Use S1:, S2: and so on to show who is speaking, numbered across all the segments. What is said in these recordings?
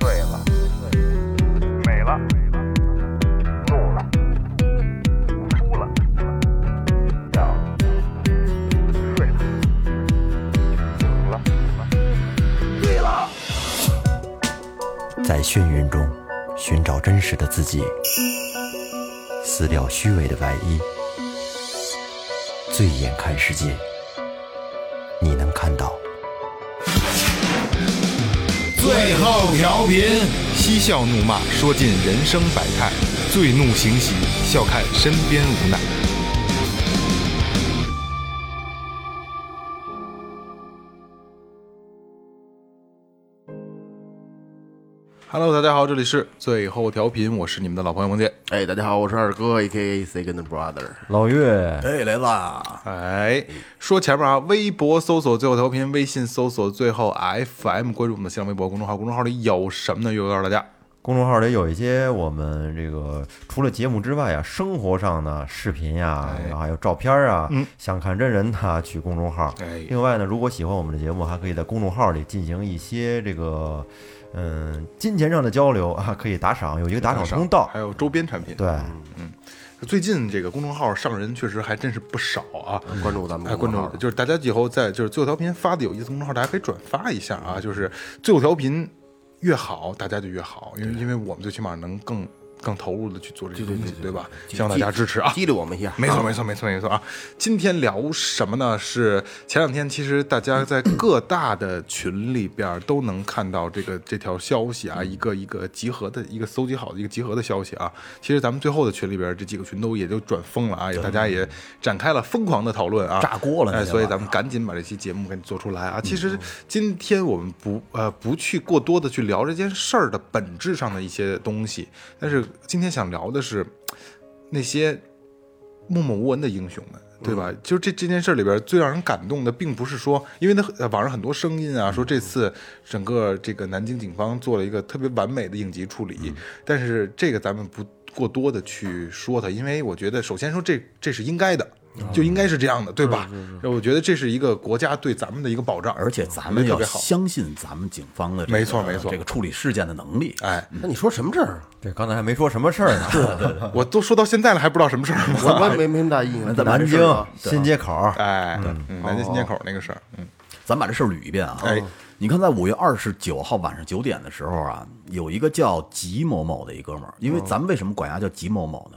S1: 醉了，美了，怒了，哭了，笑了，睡了，醒了，醉了。
S2: 在眩晕中寻找真实的自己，撕掉虚伪的外衣，醉眼看世界，你能看到。
S3: 最后调频，
S4: 嬉笑怒骂，说尽人生百态；醉怒行喜，笑看身边无奈。Hello，大家好，这里是最后调频，我是你们的老朋友萌姐。
S5: 哎，大家好，我是二哥，A K A Second Brother。
S6: 老岳，
S5: 哎，来啦！
S4: 哎，说前面啊，微博搜索最后调频，微信搜索最后 FM，关注我们的新浪微博公众号，公众号里有什么呢？又告诉大家。
S6: 公众号里有一些我们这个除了节目之外啊，生活上的视频呀、然后还有照片啊，想看真人他去公众号。
S4: 哎
S6: 另外呢，如果喜欢我们的节目，还可以在公众号里进行一些这个嗯金钱上的交流啊，可以打赏，有一个打赏哎通道
S4: 还。有周边产品。
S6: 对，
S4: 最近这个公众号上人确实还真是不少啊，
S5: 关注咱们
S4: 哎，关
S5: 公众
S4: 注
S5: 号，
S4: 就是大家以后在就是最后调频发的有意思的公众号，大家可以转发一下啊，就是最后调频越好，大家就越好，因为因为我们最起码能更更投入的去做这些东西，对吧？希望大家支持啊！
S5: 激励我们一下。
S4: 没错，
S5: 啊
S4: 没错，没错，没错啊！今天聊什么呢？是前两天，其实大家在各大的群里边都能看到这个这条消息
S6: 嗯
S4: 啊，一个一个集合的一个搜集好的一个集合的消息啊。其实咱们最后的群里边这几个群都也就转疯了啊，也大家也展开了疯狂的讨论啊，
S6: 炸锅了那嗯
S4: 哎，
S6: 就
S4: 所以
S6: 啊
S4: 咱们赶紧把这期节目给你做出来啊！其实今天我们不呃不去过多的去聊这件事儿的本质上的一些东西，但是今天想聊的是那些默默无闻的英雄
S5: 嗯
S4: 们，对吧？就这这件事里边最让人感动的，并不是说，因为他呃网上很多声音啊，说这次整个这个南京警方做了一个特别完美的应急处理，
S5: 嗯
S4: 但是这个咱们不过多的去说它，因为我觉得首先说这这是应该的。
S5: 啊
S4: 就应该是这样的，对吧？我觉得这是一个国家对咱们的一个保障，
S7: 而且咱
S4: 我
S7: 们
S4: 觉得
S7: 要
S4: 特别好。
S7: 相信咱们警方的这个
S4: 没错没错
S7: 这个处理事件的能力。
S4: 哎，
S5: 那你说什么事 儿啊？
S6: 对，刚才还没说什么事儿呢。
S4: 我都说到现在了，还不知道什么事儿吗？
S5: 嗯我我也没没什么大意见。
S6: 南京
S5: 这事儿啊
S6: 新街口，
S4: 哎，嗯，南京新街口那个事儿，嗯，
S7: 咱把这事儿捋一遍啊。
S4: 哎
S7: 你看，在五月二十九号晚上九点的时候啊，有一个叫吉某某的一哥们儿，
S4: 嗯
S7: 因为咱们为什么管他叫吉某某呢？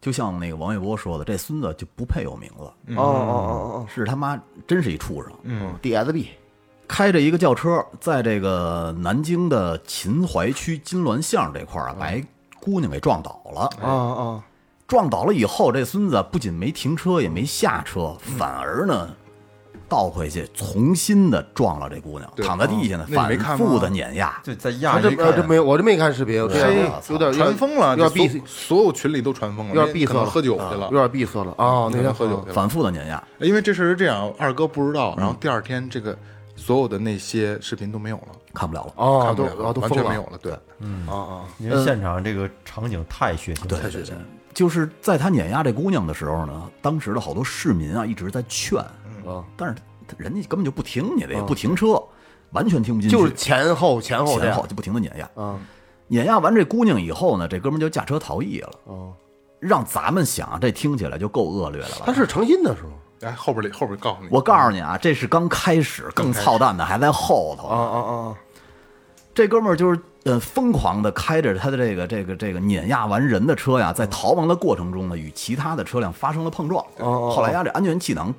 S7: 就像那个王玥波说的，这孙子就不配有名
S4: 嗯
S7: 字，
S5: 哦哦哦哦
S7: 是他妈真是一畜生。
S5: 哦，DSB
S7: 开着一个轿车，在这个南京的秦淮区金銮巷这块儿啊，把一姑娘给撞倒了。
S5: 啊啊，
S7: 撞倒了以后，这孙子不仅没停车，也没下车，反而呢倒回去，重新的撞了这姑娘，
S4: 对
S7: 躺在地下呢，
S4: 那你没看吗
S7: 反复的碾压。
S6: 就在压
S4: 啊
S5: 他这呃
S6: 一
S5: 我这没有我这没看视频，我这啊
S4: 嘿
S5: 有点
S4: 啊
S5: 有点
S4: 传疯了，
S5: 有点
S4: 就
S5: 呃闭
S4: 所所有群里都传疯了，
S5: 有点闭
S4: 可
S5: 塞
S4: 能
S5: 了，
S4: 喝酒去
S5: 啊
S4: 了
S5: 有，点闭塞了啊。那
S4: 那天
S5: 天
S4: 喝酒去了。
S7: 反复的碾压，
S4: 因为这事儿是这样，二哥不知道，然后第二天这个所有的那些视频都没有了，
S7: 看不了了。
S5: 哦，
S4: 看
S5: 都
S4: 不了了
S5: 啊都
S4: 完
S5: 疯
S4: 全
S5: 了
S4: 没有嗯了，对，
S5: 啊啊！
S6: 因为现场这个场景太血腥了，
S7: 对对，就是在他碾压这姑娘的时候呢，当时的好多市民啊一直在劝，
S4: 嗯
S5: 啊
S7: 但是他人家根本就不听你的，也不停车，完全听不进去，
S5: 就是前后前哦后这
S7: 前
S5: 样
S7: 后就不停的碾压。
S5: 啊
S7: 碾压完这姑娘以后呢，这哥们儿就驾车逃逸了。
S5: 哦，
S7: 让咱们想，这听起来就够恶劣了吧？
S5: 他是诚心的是吗？
S4: 哎，后边里后边告诉你，
S7: 我告诉你啊，这是刚开始，更操蛋的还在后头。
S5: 啊啊啊！
S7: 这哥们儿就是呃，疯狂的开着他的这个这个这个碾压完人的车呀，在逃亡的过程中呢，与其他的车辆发生了碰撞。
S5: 哦哦
S7: 后来呀，这安全气囊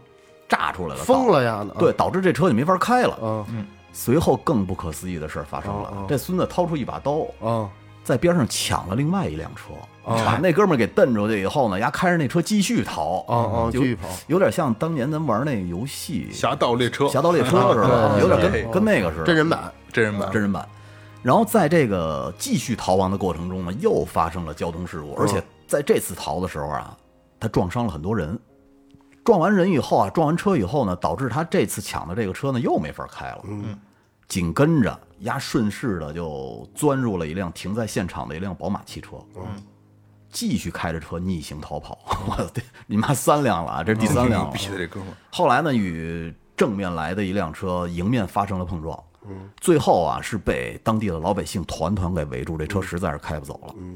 S7: 炸出来了，
S5: 疯了啊呀！
S7: 导，对，导致这车就没法开了。嗯
S5: 啊
S7: 随后更不可思议的事儿发生
S5: 哦
S7: 了
S5: 哦，
S7: 这孙子掏出一把刀，
S5: 啊
S7: 在边上抢了另外一辆车，
S5: 哦
S7: 把那哥们儿给蹬出去以后呢，丫开着那车继续逃。
S5: 哦
S4: 嗯
S5: 哦
S7: 有
S5: 继续跑
S7: 有点像当年咱玩那游戏
S4: 侠盗猎车，
S7: 《侠盗猎车》似
S5: 啊
S7: 的，
S5: 对
S7: 有点
S4: 对
S7: 跟跟那个似的
S5: 真人版
S4: 真人版，
S7: 真人版。然后在这个继续逃亡的过程中呢，又发生了交通事故，而且在这次逃的时候啊，他撞伤了很多人。撞完人以后啊，撞完车以后呢，导致他这次抢的这个车呢又没法开了。嗯，紧跟着丫顺势的就钻入了一辆停在现场的一辆宝马汽车。嗯。继续开着车逆行逃跑， 我的天你妈三辆了啊！这是第三辆
S4: 牛
S7: 了，
S4: 逼的这哥们儿，
S7: 后来呢，与正面来的一辆车迎面发生了碰撞，嗯，最后啊是被当地的老百姓团团给围住，这车实在是开不走了。嗯，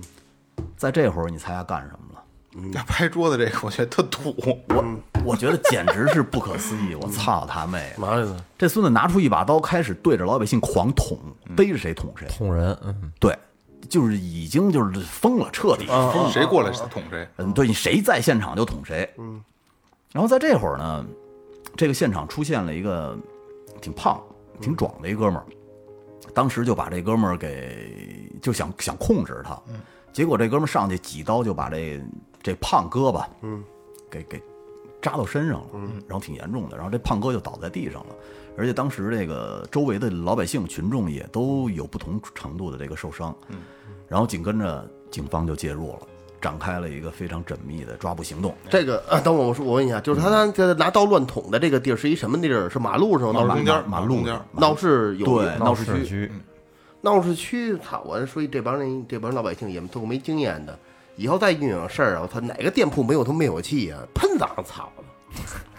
S7: 在这会儿你猜他干什么了？
S4: 那拍桌子这个，我觉得特土。
S7: 我觉得简直是不可思 议！我操他妹！啊
S5: 嘛意思？
S7: 这孙子拿出一把刀，开始对着老百姓狂捅，逮着谁捅谁。
S6: 捅人，嗯，
S7: 对，就是已经就是疯了，彻底疯了。
S4: 谁过来捅谁？
S7: 嗯，对你谁在现场就捅谁。嗯，然后在这会儿呢，这个现场出现了一个挺胖、挺壮的一哥们儿，当时就把这哥们儿给就想想控制他，结果这哥们儿上去几刀就把这这胖哥吧，嗯，给给扎到身上了，然后挺严重的，然后这胖哥就倒在地上了。而且当时这个周围的老百姓群众也都有不同程度的这个受伤，然后紧跟着警方就介入了，展开了一个非常缜密的抓捕行动。
S5: 这个啊，等会儿我说，我问一下，就是他他他拿刀乱捅的这个地儿是一什么地儿？是马路上
S4: 马
S5: 闹
S4: 路中
S5: 市
S4: 间，
S7: 马路
S4: 中间，
S5: 闹市有
S7: 对
S5: 闹
S7: 闹
S5: 市
S7: 市
S5: 区
S6: 区，
S5: 闹市区，操！我说这帮人这帮老百姓也都没经验的，以后再遇上事儿啊，我操，哪个店铺没有他灭火器啊？喷咋操了？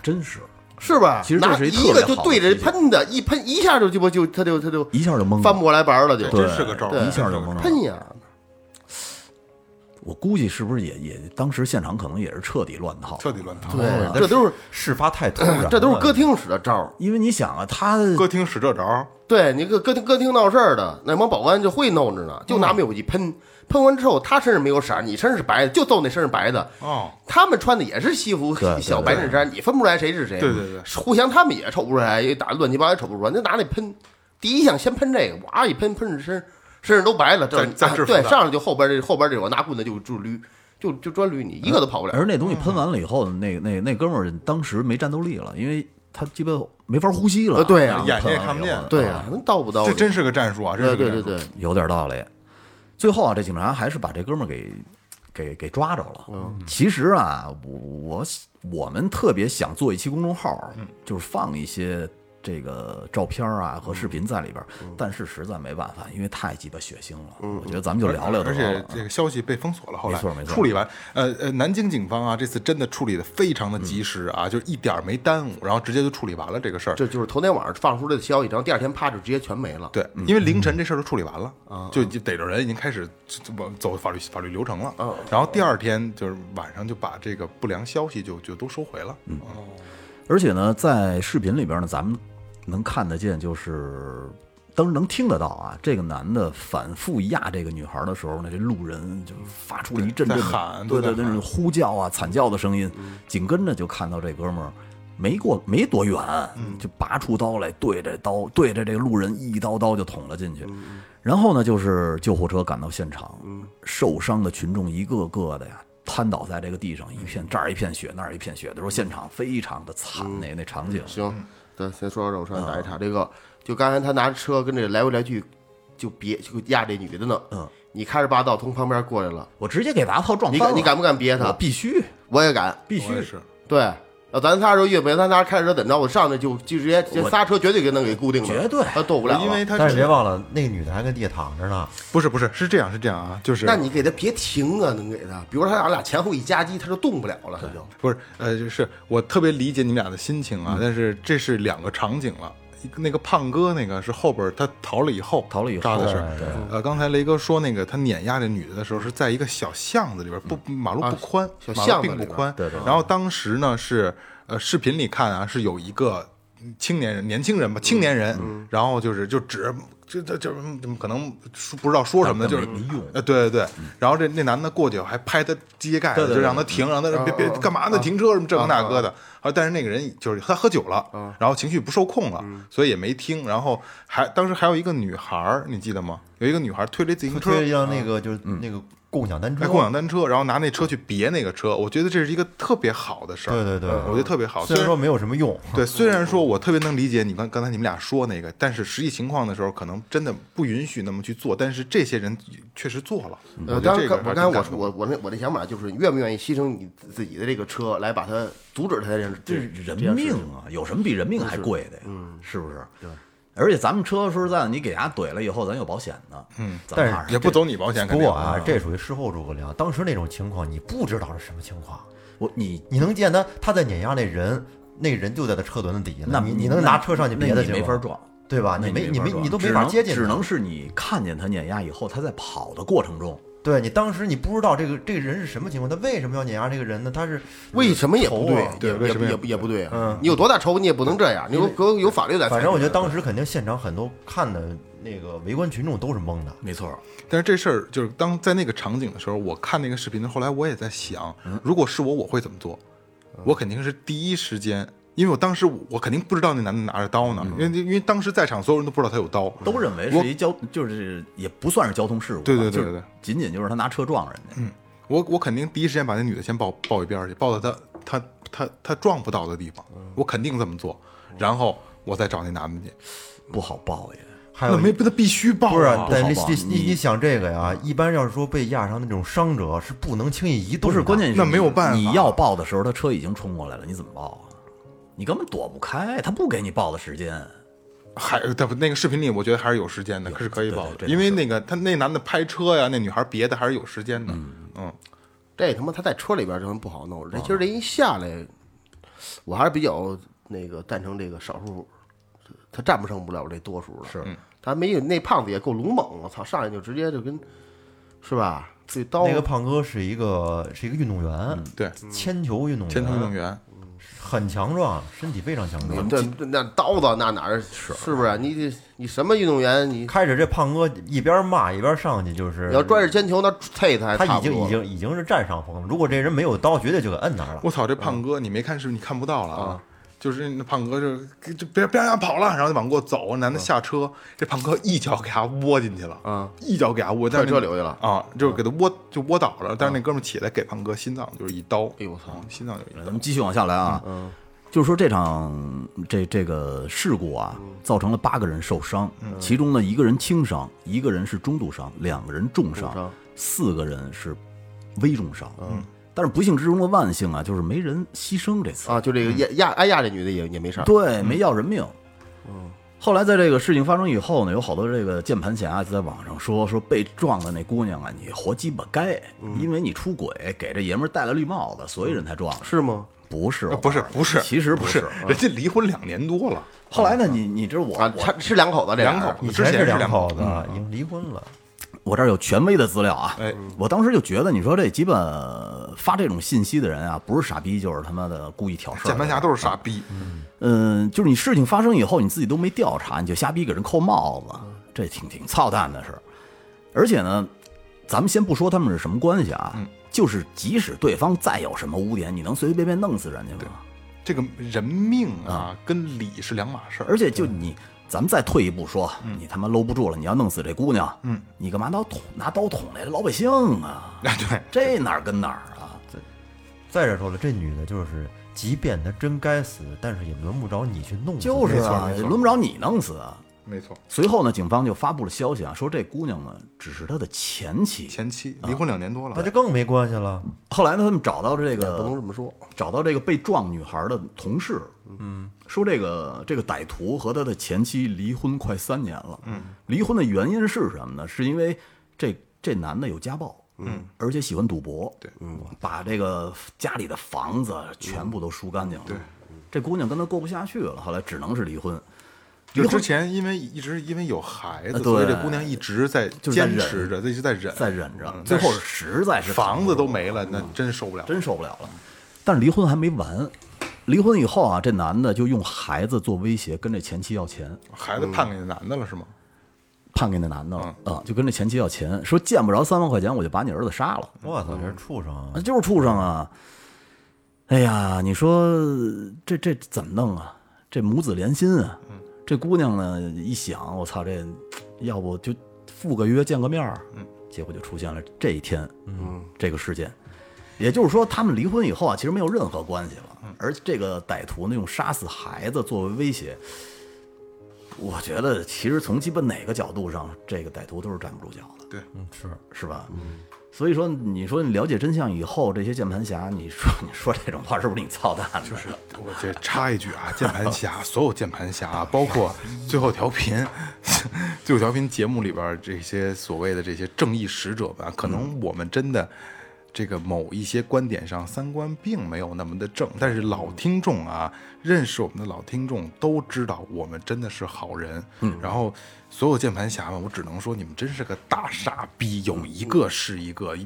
S7: 真是
S5: 是吧？
S7: 其实这
S5: 拿
S7: 是
S5: 一
S7: 一特别
S5: 个就
S7: 好的
S5: 对着
S7: 提醒
S5: 喷的，一喷一下就鸡巴就他就他就
S7: 一下就懵了，
S5: 翻不过来白了就，
S4: 真是个招儿，
S5: 对
S7: 一下就懵了。
S5: 喷呀！
S7: 我估计是不是也也当时现场可能也是彻底乱套，
S4: 彻底乱套。
S5: 对，这都是
S6: 事发太突然了，
S5: 这都是歌厅使的招儿。
S7: 因为你想啊，他
S4: 歌厅使这招儿，
S5: 对你歌歌厅歌厅闹事儿的那帮保安就会弄着呢，就拿灭火器喷，喷完之后他身上没有色儿，你身上是白的，就揍那身上白的。
S4: 哦，
S5: 他们穿的也是西服
S7: 对对
S5: 小白衬衫，你分不出来谁是谁。
S4: 对对对，
S5: 互相他们也瞅不出来，也打得乱七八糟也瞅不出来，那拿那喷，第一项先喷这个，哇一喷喷着身身上都白了，这
S4: 再再制服
S5: 对
S4: 他
S5: 上来就后边这后边这我拿棍子就就捋，就就专捋你，一个都跑不了。
S7: 而那东西喷完了以后，那那那哥们儿当时没战斗力了，因为他鸡巴没法呼吸了，
S5: 呃对啊
S4: 眼睛也
S7: 喷完
S4: 看不
S7: 以后啊
S4: 见
S5: 对呀，啊那到不到？
S4: 这真是个战术啊！这
S5: 对
S4: 是个战
S5: 对对
S4: 术。
S5: 对，
S7: 有点道理。最后啊，这警察还是把这哥们儿给给给抓着了。
S4: 嗯
S7: 其实啊，我我我们特别想做一期公众号，
S4: 嗯
S7: 就是放一些这个照片啊和视频在里边儿，
S4: 嗯
S7: 但是实在没办法，因为太鸡巴血腥了。我觉得咱们就聊聊得
S4: 而且
S7: 了
S4: 这个消息被封锁了，后来
S7: 呃没错没错
S4: 处理完，呃呃，南京警方啊，这次真的处理的非常的及时啊，就是一点儿没耽误，然后直接就处理完了这个事儿。
S5: 这就是头天晚上放出来的消息，然后第二天啪就直接全没了。
S4: 对，因为凌晨这事儿就处理完了，就已经逮着人已经开始走走法律法律流程了。然后第二天就是晚上就把这个不良消息就就都收回了。嗯，
S7: 而且呢，在视频里边呢，咱们能看得见，就是当时能听得到啊。这个男的反复压这个女孩的时候呢，这路人就发出了一阵阵
S4: 在喊
S7: 对
S4: 都在
S7: 对对，那种呼叫啊、惨叫的声音。紧跟着就看到这哥们儿没过没多远，
S4: 嗯
S7: 就拔出刀来，对着刀对着这个路人一刀刀就捅了进去。然后呢，就是救护车赶到现场，受伤的群众一个个的呀瘫倒在这个地上，一片这儿一片血，那儿一片血的时候，现场非常的惨，那那场景。
S4: 嗯
S5: 行，咱先说到这儿，我上来打一岔。这个就刚才他拿着车跟这来回来去，就别就压这女的呢。
S7: 嗯，
S5: 你开着八道从旁边过来了，
S7: 我直接给娃
S4: 哦
S7: 炮撞
S5: 你
S7: 翻了
S5: 敢你敢不敢别
S7: 我
S5: 他？
S7: 必须
S5: 我也敢。
S7: 必
S4: 我也
S7: 须
S4: 是。
S5: 对，要咱仨说越北，咱仨开着车怎么着？我上去就就直接这
S7: 我
S5: 仨车绝对给弄给固定了，
S7: 绝对
S5: 他动不了了。
S4: 呃因为他
S6: 但是别忘了，那个女的还跟地下躺着呢，
S4: 不是不是是这样是这样啊，就是
S5: 那你给他别停啊，能给他，比如说他俩俩前后一夹击，他就动不了了，他就
S4: 不是，呃，就是我特别理解你们俩的心情啊，但是这是两个场景了。一个那个胖哥那个是后边儿他逃了以后
S7: 逃了以后哎
S4: 扎的事
S6: 对
S4: 儿。呃，刚才雷哥说那个他碾压这女的的时候是在一个小巷子里边儿，不马路不宽，
S5: 小
S4: 马
S5: 巷
S4: 路
S5: 子
S4: 并
S5: 里
S4: 不
S5: 边
S4: 宽。对对。然后当时呢是呃视频里看啊是有一个青年人年轻人吧青年人，然后就是就指。这这这怎么可能说不知道说什么呢？就是呃，对对对。然后这那男的过去还拍他膝盖，就让他停，让他
S5: 哦
S4: 别别干嘛呢？停车什么这个那个的。啊，但是那个人就是他喝酒
S5: 哦
S4: 了，然后情绪不受控了，
S5: 嗯
S4: 所以也没听。然后还当时还有一个女孩儿，你记得吗？有一个女孩儿推着自嗯行车，
S6: 推让那个就是那个共享单车
S4: 哎，，共享单车，然后拿那车去别那个车，我觉得这是一个特别好的事儿。
S6: 对对对
S4: 我觉得特别好。
S6: 虽然说没有什么用，
S4: 对，虽然说我特别能理解你刚刚才你们俩说那个，但是实际情况的时候，可能真的不允许那么去做。但是这些人确实做了。
S5: 呃，
S4: 我觉
S5: 当
S4: 得这
S5: 然刚，
S4: 个还
S5: 我刚才
S4: 挺
S5: 我
S4: 感
S5: 说
S4: 动
S5: 我我那我的想法就是，你愿不愿意牺牲你自自己的这个车来把它阻止它这样
S7: 这
S5: 这
S7: 是人命啊，有什么比人命还贵的呀？嗯，是不是？对。而且咱们车说实在的，你给人家怼了以后，咱有保险呢。嗯，
S6: 但是
S4: 也不走你保险，
S6: 不
S4: 肯定
S6: 过啊，这属于事后诸葛亮。当时那种情况，你不知道是什么情况，
S7: 我你
S6: 你能见他他在碾压那人，那人就在他车轮子底下呢，
S7: 那
S6: 你你能拿车上去别
S7: 那
S6: 的
S7: 你
S6: 去
S7: 没
S6: 吗
S7: 法撞。
S6: 对对吧？你
S7: 那
S6: 没
S7: 没
S6: 你
S7: 法
S6: 没
S7: 说
S6: 你都没
S7: 只
S6: 法
S7: 能
S6: 接近他，
S7: 只能是你看见他碾压以后，他在跑的过程中，
S6: 对你当时你不知道这个这个人是什么情况，他为什么要碾压这个人呢？他是
S5: 为什么也不
S6: 仇
S5: 对
S6: 啊，
S4: 对
S5: 也
S4: 为什么
S5: 也
S4: 也
S5: 也
S4: 不
S5: 不也不对啊。
S6: 嗯
S5: 你有多大仇，你也不能这样。你有有有法律来裁决。
S6: 反正我觉得 当时肯定现场很多看的那个围观群众都是懵的，
S7: 没错儿，
S4: 但是这事儿就是当在那个场景的时候，我看那个视频的时候，后来我也在想，
S6: 嗯
S4: 如果是我，我会怎么做？我肯定是第一时间，因为我当时我我肯定不知道那男的拿着刀
S6: 嗯
S4: 呢，因为因为当时在场所有人都不知道他有刀，
S7: 都认为
S4: 我
S7: 是一交，就是也不算是交通事故吧，啊
S4: 对对对
S7: 就是
S4: 对嗯对
S7: 仅仅就是他拿车撞人家，
S4: 我我肯定第一时间把那女的先抱抱一边儿去，抱到她她她她撞不到的地方，
S6: 嗯
S4: 我肯定这么做，然后我再找那男的去，
S7: 不好报也。
S6: 还有
S4: 那
S6: 一
S4: 没他必须抱、啊，
S6: 不是啊，
S7: 好
S6: 但你
S7: 吧
S6: 你
S7: 你
S6: 你想这个呀，一般要是说被压伤的那种伤者是不能轻易移动
S7: 不
S6: 的，
S7: 是，关键是
S4: 那
S7: 你
S4: 没有办法
S7: 你要报的时候，他车已经冲过来了，你怎么报啊？你根本躲不开，他不给你报的时间。
S4: 还呃但不那个视频里，我觉得还是有时间的，是可以
S7: 对对
S4: 抱的，
S7: 这
S4: 因为那个他那男的拍车呀，那女孩别的还是有时间的，嗯
S5: 这他妈他在车里边就很不好弄。这今儿这一下来，我还是比较那个赞成这个少数，他战不胜不了这多数了。
S6: 嗯
S5: 是，他没有那胖子也够鲁莽，我操，上来就直接就跟，是吧？这刀
S6: 那个胖哥是一个是一个运动员，
S4: 对，
S6: 铅球运动
S4: 前途运动
S6: 员，
S4: 员。
S6: 很强壮，身体非常强壮。
S5: 这这那刀子那哪儿是是不是？你得你什么运动员？你
S6: 开始这胖哥一边骂一边上去，就是
S5: 你要拽着铅球，那踹他还
S6: 他
S5: 差
S6: 已
S5: 不
S6: 经
S5: 多
S6: 已经已经是占上风了。如果这人没有刀，绝对就给摁那儿了。
S4: 我操，这胖哥你没看是你看不到了啊。 就是那胖哥就就别别让他跑了，然后就往过走，男的下车，这胖哥一脚给他窝进去了，
S5: 啊，
S4: 一脚给他窝，但
S5: 踹
S4: 是
S5: 车
S4: 那
S5: 里头去了。
S4: 啊，就是给他窝就窝倒了，但是那哥们儿起来给胖哥心脏就是一刀，哎
S5: 呦我操，
S4: 心脏就是一
S7: 咱
S4: 刀，
S7: 们继续往下来啊，
S5: 嗯
S7: 就是说这场这这个事故啊，
S5: 嗯
S7: 造成了八个人受伤，其中呢一个人轻伤，一个人是中度伤，两个人重伤，
S5: 重伤
S7: 四个人是危重伤。嗯，但是不幸之中的万幸啊，就是没人牺牲这次。
S5: 啊，嗯就这个压压挨压这女的也也没事儿，
S7: 对，没要人命。
S5: 嗯
S7: 后来在这个事情发生以后呢，有好多这个键盘侠啊就在网上说说被撞的那姑娘啊，你活鸡巴该，
S5: 嗯
S7: 因为你出轨，给这爷们儿戴了绿帽子，所以人才撞的。
S5: 是吗？
S7: 不是
S4: 啊，，不是不是，
S7: 其实不
S4: 不是，人家离婚两年多了，
S7: 后来呢，你你知道我
S5: 啊，
S7: 我
S5: 他是两口子，这俩
S4: 两口
S5: 人
S4: 子
S6: 以
S4: 之前
S6: 前
S4: 是
S6: 两
S4: 两
S6: 口
S4: 口
S6: 子，啊已经离婚了。
S7: 我这儿有权威的资料啊，
S4: 哎，
S7: 我当时就觉得你说这鸡巴发这种信息的人啊，不是傻逼就是他妈的故意挑事儿。
S4: 键盘侠都是傻逼，
S7: 啊嗯，就是你事情发生以后，你自己都没调查，你就瞎逼给人扣帽子，这挺挺操蛋的事儿。而且呢，咱们先不说他们是什么关系啊，
S4: 嗯
S7: 就是即使对方再有什么污点，你能随随便便弄死人家吗？
S4: 这个人命啊跟理是两码事儿，
S7: 而且就你，咱们再退一步说，
S4: 嗯
S7: 你他妈搂不住了，你要弄死这姑娘，嗯，你干嘛拿刀捅拿刀捅那老百姓啊？
S4: 啊对，
S7: 这哪儿跟哪儿啊？
S6: 再者说了，这女的就是，即便她真该死，但是也轮不着你去弄死她。
S7: 就是啊，
S4: 没错
S7: 轮不着你弄死啊。
S4: 没错，
S7: 随后呢，警方就发布了消息啊，说这姑娘呢只是他的前妻，
S4: 前妻
S7: 啊
S4: 离婚两年多了，
S6: 那就更没关系了。
S7: 后来呢，他们找到这
S5: 不能
S7: 个
S5: 这么说。
S7: 找到这个被撞女孩的同事，嗯，说这个这个歹徒和他的前妻离婚快三年了，嗯，离婚的原因是什么呢？是因为这这男的有家暴。嗯，而且喜欢赌博，
S4: 对，
S7: 嗯，把这个家里的房子全部都输干净了。
S4: 对，
S7: 这姑娘跟他过不下去了，后来只能是离婚。
S4: 就之前因为一直因为有孩子，
S7: 啊对
S4: 所以这姑娘一直在
S7: 是在
S4: 坚持
S7: 忍
S4: 着，一直在忍，
S7: 再忍着，
S4: 嗯
S7: 最后
S4: 但是
S7: 实在是
S4: 房子都
S7: 扛不住了
S4: 没了，那真受不了。
S7: 真受不了了。但是离婚还没完，离婚以后啊，这男的就用孩子做威胁，跟这前妻要钱，
S4: 孩子判给那男的了是吗？
S7: 判给那男的了啊、就跟这前妻要钱，说见不着三万块钱我就把你儿子杀了，
S6: 我操，这是畜生啊
S7: 啊！就是畜生啊！哎呀，你说这这怎么弄啊？这母子连心啊！这姑娘呢一想，我操，这要不就赴个约见个面儿，结果就出现了这一天，嗯，这个事件。也就是说，他们离婚以后啊，其实没有任何关系了。而这个歹徒呢，用杀死孩子作为威胁，我觉得其实从基本哪个角度上，这个歹徒都是站不住脚的，
S4: 对，
S6: 嗯，是
S7: 是吧？所以说，你说你了解真相以后，这些键盘侠，你说 你说这种话是不是你操蛋的？就是
S4: 我这插一句啊，键盘侠，所有键盘侠，包括最后调频， 最后调频节目里边这些所谓的这些正义使者们啊，可能我们真的这个某一些观点上三观并没有那么的正，但是老听众啊，认识我们的老听众都知道我们真的是好人。嗯，然后所有键盘侠们，我只能说你们真是个大傻逼，有一个是一个。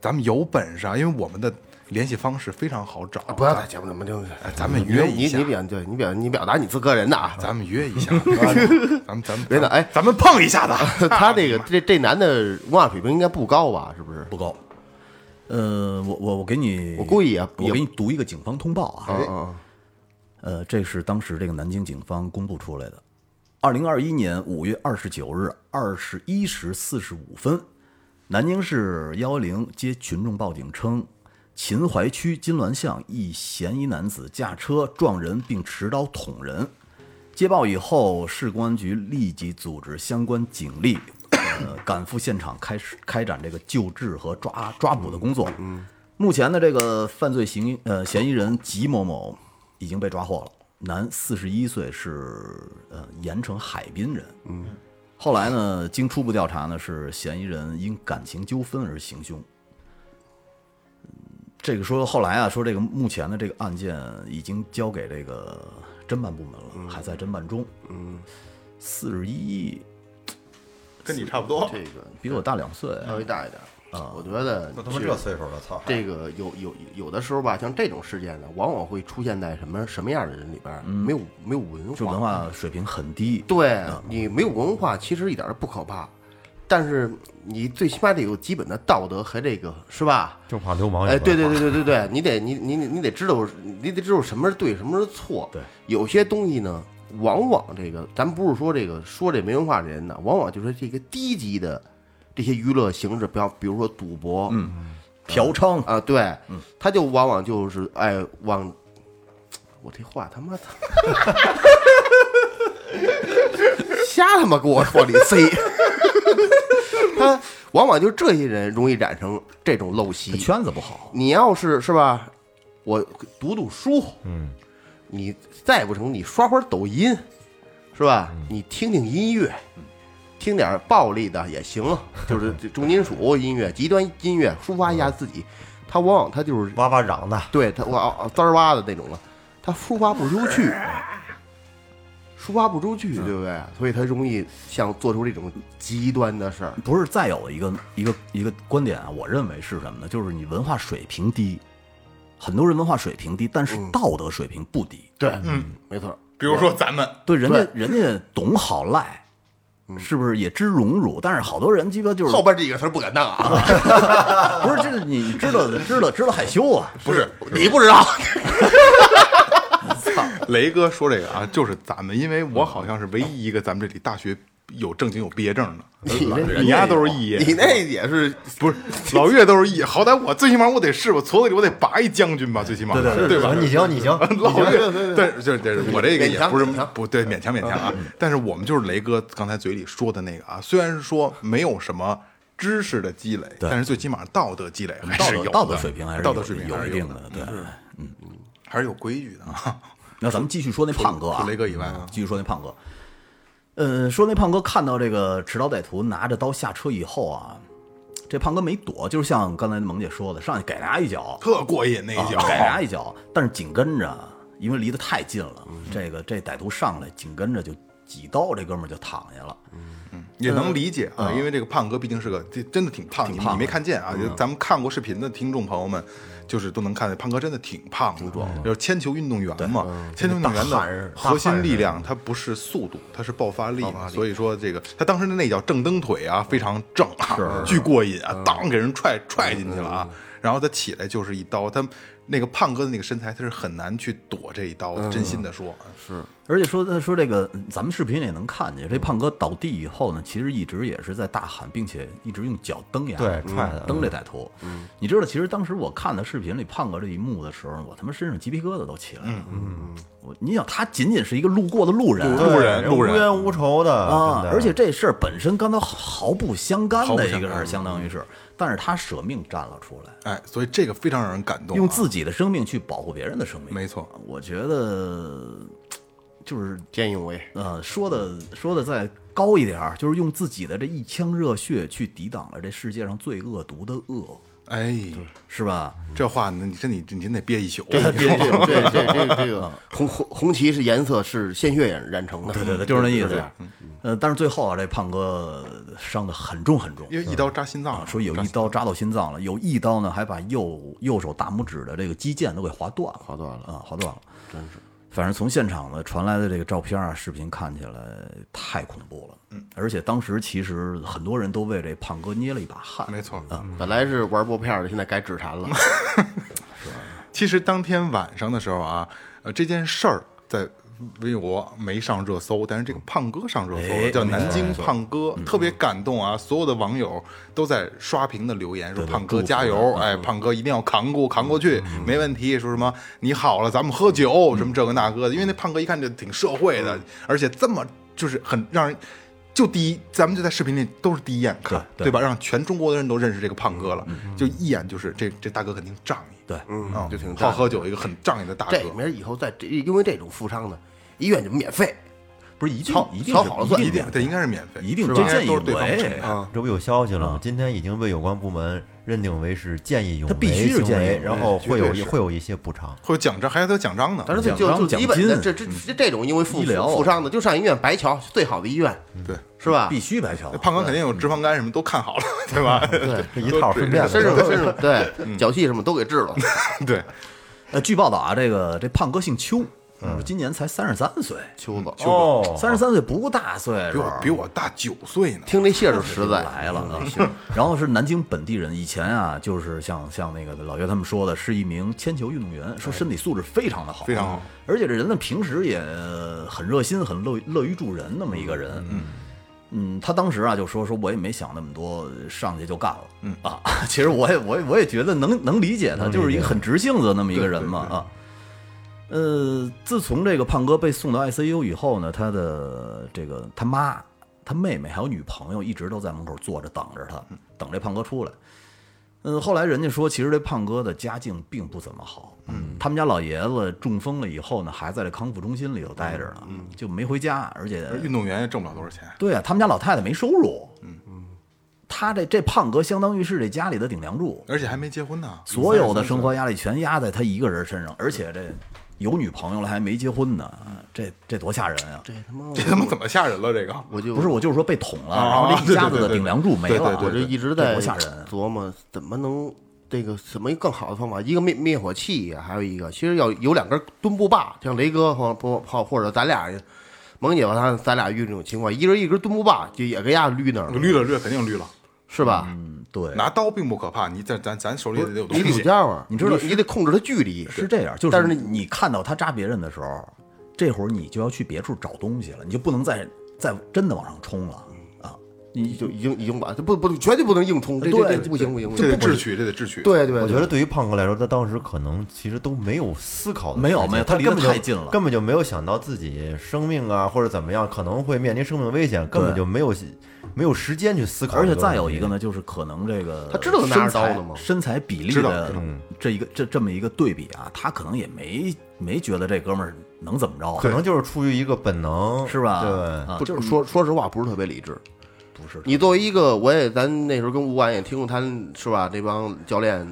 S4: 咱们有本事啊，因为我们的联系方式非常好找。
S5: 啊不要在节目里面就
S4: 哎咱们约一
S5: 你
S4: 下
S5: 你表对你表你表达你自个人的啊，
S4: 咱们约一 下，咱们咱们
S5: 别的哎
S4: 咱们碰一下子。
S5: 他这个这这男的文化水平应该不高吧？是不是？
S7: 不高。呃，我我我给你，
S5: 我故意啊
S7: 我
S5: 也
S7: 给你读一个警方通报啊。
S5: 嗯嗯，
S7: 呃，这是当时这个南京警方公布出来的，二零二一年五月二十九日二十一时四十五分，南京市幺幺零接群众报警称，秦淮区金銮巷一嫌疑男子驾车撞人并持刀捅人。接报以后，市公安局立即组织相关警力，呃， 赶赴现场开始开展这个救治和抓抓捕的工作。嗯，目前的这个犯罪行呃嫌疑人吉某某已经被抓获了，男，四十一岁，是呃盐城海滨人。嗯，后来呢，经初步调查呢，是嫌疑人因感情纠纷而行凶。这个说后来啊，说这个目前的这个案件已经交给这个侦办部门了，还在侦办中。嗯，四十一亿
S4: 跟你差不 多
S5: 这个
S7: 比我大两岁，
S5: 稍微大一点啊，我觉得
S6: 都他妈这岁数了，操！
S5: 这个有有有的时候吧，像这种事件呢，往往会出现在什么什么样的人里边儿？没有没有嗯文
S7: 就
S5: 化，嗯
S7: 文化水平很低。
S5: 对你没有文化，其实一点儿都不可怕，但是你最起码得有基本的道德和这个是吧？
S6: 就怕流氓有
S5: 哎，对对
S6: 文化
S5: 对对对对，你得你你你你得知道，你得知道什么是对，什么是错。
S7: 对，
S5: 有些东西呢，往往这个咱不是说这个说这没文化的人呢，往往就是这个低级的这些娱乐形式，比方比如说赌博，嗯
S7: 嫖娼，
S5: 啊，对，他就往往就是哎往，我这话他妈的瞎他妈给我往里塞。 他往往就这些人容易染成这种陋习
S7: 这，圈子不好，
S5: 你要是是吧，我读读书，嗯，你再不成，你刷会儿抖音，是吧？你听听音乐，听点暴力的也行，啊 就是这重金属音乐、极端音乐，抒发一下自己。他往往他就是
S6: 哇哇嚷的，
S5: 对他哇啊滋儿哇的那种了，他抒发不出去，抒发不出去，对不对？所以他容易像做出这种极端的事儿。
S7: 不是再有一个一个一个观点啊，我认为是什么呢？就是你文化水平低，很多人文化水平低，但是道德水平不低。
S5: 对，嗯，没错儿，
S4: 比如说咱们，
S7: 对，人家人家懂好赖，是不是也知荣辱？但是好多人鸡巴就是
S5: 后边这几个词儿不敢当啊，
S7: 不是，就是你知道知道知道害羞啊，
S4: 不是
S5: 你不知道。
S4: 啊 雷哥说这个啊，就是咱们，因为我好像是唯一一个咱们这里大学有正经有毕业证的，
S5: 你那
S4: 人家都是肄业，
S5: 你那也是
S4: 不是老岳都是肄业，E 好歹我最起码我得是我矬子里我得拔一将军吧，最起码对 对吧？
S6: 你行 你行，
S4: 老岳，对，就是就是我这个
S5: 勉
S4: 也
S5: 强
S4: 不是
S5: 勉强
S4: 不对，勉强勉强啊。但是我们就是雷哥刚才嘴里说的那个啊，虽然说没有什么知识的积累，但是最起码道德积累还
S7: 道
S4: 哎是
S7: 德
S4: 有
S7: 道
S4: 的
S7: 德水平还是
S4: 道德水平
S7: 有
S4: 还
S7: 一
S4: 是有嗯
S7: 定的，对。
S4: 还是有规矩的啊。
S7: 那咱们继续说那胖哥啊，
S4: 除雷哥以外啊
S7: 嗯继续说那胖哥。呃，说那胖哥看到这个持刀歹徒拿着刀下车以后啊，这胖哥没躲，就是像刚才萌姐说的，上去给人家一脚，
S4: 特过瘾那一脚
S7: 啊，给人家一脚。但是紧跟着，因为离得太近了，
S4: 嗯
S7: 这个这歹徒上来，紧跟着就几刀，这哥们儿就躺下了。
S4: 也能理解啊，因为这个胖哥毕竟是个这真的挺胖，你
S7: 胖的
S4: 你没看见啊？就咱们看过视频的听众朋友们，就是都能看见胖哥真的挺胖的，就是铅球运动员嘛，铅球运动员
S6: 大汉人
S4: 的核心力量它不是速度，它是爆发力嘛，所以说这个他当时的那脚正蹬腿啊，非常正啊，巨过瘾啊，当给人踹踹进去了啊。然后他起来就是一刀，他那个胖哥的那个身材，他是很难去躲这一刀的。真心的说，啊
S7: 而且说他说这个，嗯咱们视频里也能看见，这胖哥倒地以后呢，其实一直也是在大喊，并且一直用脚蹬呀，嗯
S6: 对踹的
S7: 蹬这歹徒。你知道，其实当时我看的视频里胖哥这一幕的时候，我他妈身上鸡皮疙瘩都起来了。嗯，我你想，他仅仅是一个路过的路人，
S4: 路人路人
S6: 无冤无仇的
S7: 啊
S6: 真的，
S7: 而且这事儿本身跟他毫不相干
S4: 毫不
S7: 的
S4: 相
S7: 一个事儿，
S4: 干
S7: 相当于是，但是他舍命站了出来。
S4: 哎，所以这个非常让人感动啊。
S7: 用自己的生命去保护别人的生命，
S4: 没错。
S7: 我觉得就是
S5: 见义勇 为，
S7: 呃，说的说的再高一点儿，就是用自己的这一腔热血去抵挡了这世界上最恶毒的恶。
S4: 哎，
S7: 是吧？
S4: 这话你这你你真得憋一宿。
S5: 这个这个这个这个这个这个 红红红旗是颜色是鲜血染染成的，
S7: 对对对，就是那意
S5: 这
S7: 思
S5: 样。
S7: 呃，但是最后啊，这胖哥伤得很重很重，
S4: 因为一刀扎心脏
S7: 啊，，说有一刀扎到心脏了，有一刀呢还把右右手大拇指的这个肌腱都给划断了，
S5: 划断了
S7: 啊，划断了，真是。反正从现场的传来的这个照片啊、视频看起来太恐怖了，嗯，而且当时其实很多人都为这胖哥捏了一把汗，
S4: 没错。
S5: 本来是玩拨片儿的，现在改指禅了。
S7: 嗯
S4: 其实当天晚上的时候啊，呃，这件事儿在微博没上热搜，但是这个胖哥上热搜
S7: 哎
S4: 了，叫南京胖哥，
S7: 嗯
S4: 特别感动啊！所有的网友都在刷屏的留言说：“胖哥
S7: 啊
S4: 加油！”哎，胖哥一定要扛过扛过去，
S7: 嗯
S4: 没问题。说什么你好了，咱们喝酒，什么这个那个的。因为那胖哥一看就挺社会
S7: 嗯
S4: 的，而且这么就是很让人。就第一，咱们就在视频里都是第一眼看，
S7: 对对嗯
S4: 吧？让全中国的人都认识这个胖哥了，就一眼就是这这大哥肯定仗义，
S7: 对，
S4: 嗯，
S5: 就挺
S4: 好喝酒，一个很仗义的大哥
S5: 这。明儿以后再这因为这种负伤的，医院就免费。
S7: 不是一定
S5: 敲
S7: 一定
S5: 敲
S7: 是
S5: 好了
S7: 一
S5: 算
S7: 定
S4: 一定，这应该是免费，
S7: 一定
S4: 是吧
S7: 这
S4: 应该
S7: 见义
S4: 都是对方啊
S7: 勇为
S4: 承认。
S6: 这不有消息了
S4: 嗯
S6: 吗？今天已经被有关部门认定为是见义勇为
S7: 他必须是
S6: 行
S7: 见义
S6: 为
S7: 勇为
S6: 然后会有
S4: 嗯绝对是
S6: 会有一些补偿。
S4: 会有奖章，还有奖章呢。
S5: 但是就
S7: 奖章
S5: 就就
S7: 奖
S5: 基本的
S7: 金
S5: 这这这这种因为负
S7: 医疗
S5: 负伤的，就上医院白瞧，最好的医院
S4: 对，
S5: 是吧？
S7: 必须白嫖，
S4: 啊
S7: 啊
S4: 胖哥肯定有脂肪肝什么都看好了，对吧？
S5: 对，
S6: 这一套顺便
S5: 身上
S6: 的，
S5: 身 上
S7: 嗯
S5: 对脚气什么都给治了。
S4: 对，
S7: 呃，据报道啊，这个这胖哥姓邱，嗯，今年才三十三岁，
S5: 秋子，
S6: 哦，
S7: 三十三岁不大岁
S4: 比
S7: 数，
S4: 我嗯比我大九岁呢。
S5: 听这信儿就实在
S7: 来了啊。然后是南京本地人，以前啊，就是像像那个老岳他们说的，是一名铅球运动员，说身体素质非常的好，
S4: 非常好，
S7: 而且这人呢，平时也呃很热心，很乐乐于助人那么一个人，嗯。他当时啊就说说我也没想那么多，上去就干了。嗯啊， 其实我也我也我也觉得能能理解他，就是一个很直性子的那么一个人嘛啊。呃，自从这个胖哥被送到 ICU 以后呢，他的这个他妈、他妹妹还有女朋友一直都在门口坐着等着他，等这胖哥出来。嗯，后来人家说，其实这胖哥的家境并不怎么好。嗯，他们家老爷子中风了以后呢，还在这康复中心里头待着呢，就没回家，而且
S4: 嗯运动员也挣不了多少钱，
S7: 对啊，他们家老太太没收入。嗯嗯，他这这胖哥相当于是这家里的顶梁柱，
S4: 而且还没结婚呢。
S7: 所有的生活压力全压在他一个人身上，而且这有女朋友了还没结婚呢，
S4: 嗯
S7: 这这多吓人啊！
S5: 这他妈
S4: 这他妈怎么吓人了？这个
S5: 我就
S7: 不是我就是说被捅了，
S4: 啊
S7: 然后这一家
S4: 对
S7: 子
S4: 对对
S7: 的
S4: 对
S7: 顶梁柱没
S4: 对对
S7: 了，
S4: 对
S5: 我这一直
S7: 这
S5: 在
S7: 多吓人
S5: 琢磨怎么能这个什么更好的方法，一个灭灭火器呀、还有一个其实要有两根墩布把，像雷哥或或或或者咱俩萌姐吧，他咱俩遇这种情况，一人一根墩布把就也给丫捋那儿
S4: 绿了绿肯定绿了，
S5: 是吧？
S7: 嗯，对，
S4: 拿刀并不可怕，你在咱咱手里得有东
S5: 你
S4: 西
S5: 有。家伙，
S7: 你知道
S5: 你得控制它距离，
S7: 是这样，就是
S5: 但是
S7: 你看到他扎别人的时候，这会儿你就要去别处找东西了，你就不能再再真的往上冲了啊！
S5: 你就已经已经把它不不绝对不能硬冲，这
S7: 对
S5: 这这不行不行不
S4: 这
S5: 行
S4: 得，智取，这得智取。，
S5: 对对对，
S6: 我觉得对于胖哥来说，他当时可能其实都没有思考的时间，
S7: 没有没有
S6: 他
S7: 他离得
S6: 根本就
S7: 太近了
S6: 根本就没有想到自己生命啊或者怎么样可能会面临生命危险，根本就没有没有时间去思考。
S7: 而且再有一个，呢，就是可能这个
S5: 他知道拿着刀
S7: 身材
S5: 的吗
S7: 身材比例
S4: 知道
S7: 的
S4: 知道
S7: 这一个这这么一个对比啊，他可能也没没觉得这哥们儿能怎么着，
S6: 可能就是出于一个本能，
S7: 是吧？
S6: 对，
S7: 啊
S5: 不就是说说实话，不是特别理智。
S7: 不是
S5: 你作为一个，我也咱那时候跟吴婉也听过他是吧？这帮教练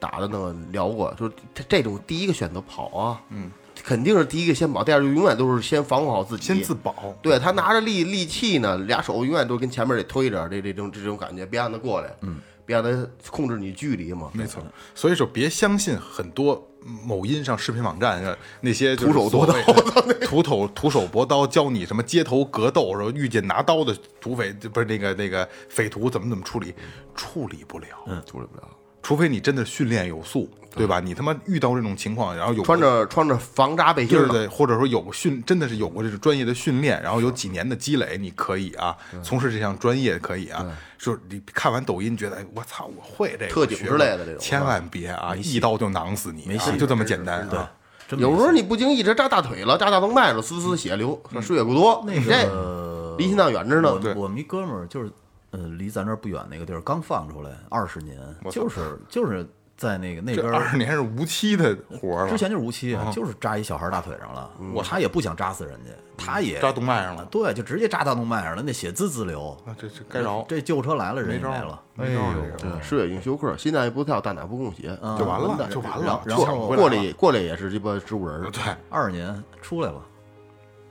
S5: 打的那个聊过，就是这这种第一个选择跑啊，嗯，肯定是第一个先跑，第二就永远都是先防护好自己，
S4: 先自。保。
S5: 对他拿着利利器呢，俩手永远都跟前面得推着，这这种这种感觉，别让他过来，嗯，别让他控制你距离嘛。
S4: 没错，嗯所以说别相信很多某音上视频网站上那些徒
S5: 手夺刀
S4: 徒手徒手搏刀，教你什么街头格斗，然后遇见拿刀的土匪，不是那个那个匪徒怎么怎么处理，处理不了，嗯，处理不了，除非你真的训练有素，对吧？你他妈遇到这种情况，然后有
S5: 嗯穿着穿着防扎背心
S4: 对
S5: 儿
S4: 对
S5: 的，
S4: 对，或者说有过训，真的是有过这种专业的训练，然后有几年的积累，你可以啊，从事这项专业可以啊。就是你看完抖音，觉得哎，我操，我会这个
S5: 特警
S4: 学过
S5: 之类的这种
S4: 千万别啊，一刀就囊死你啊，没就这么简单啊。
S5: 有时候你不经意这扎大腿了，扎大动脉了，滋滋血流，失血过多，那
S7: 个
S5: 离心脏远着呢。
S4: 对
S7: 我们一哥们儿就是，呃，离咱这儿不远那个地儿刚放出来二十年，就是就是在那个那
S4: 这
S7: 边
S4: 二十年是无期的活儿了，
S7: 之前就是无期，就是扎一小孩大腿上了，他也不想扎死人家，他也
S4: 扎动脉上了
S7: 对，就直接扎大动脉上了，那血滋滋流，
S4: 啊，这这该饶，
S7: 这救护车来了，人也
S4: 没招
S7: 来
S4: 儿
S7: 了。
S6: 哎
S4: 没招儿这个
S5: 对，失血性休克，心嗯脏也不跳，大脑不供血，
S4: 就完
S5: 完
S4: 了，
S5: 蛋
S4: 就完
S7: 然
S4: 了
S7: 后，
S4: 就
S7: 嗯然后
S4: 想不回来
S5: 过来
S4: 了嗯
S5: 也过来也是鸡巴植物人儿，
S4: 对，
S7: 二十年出来了，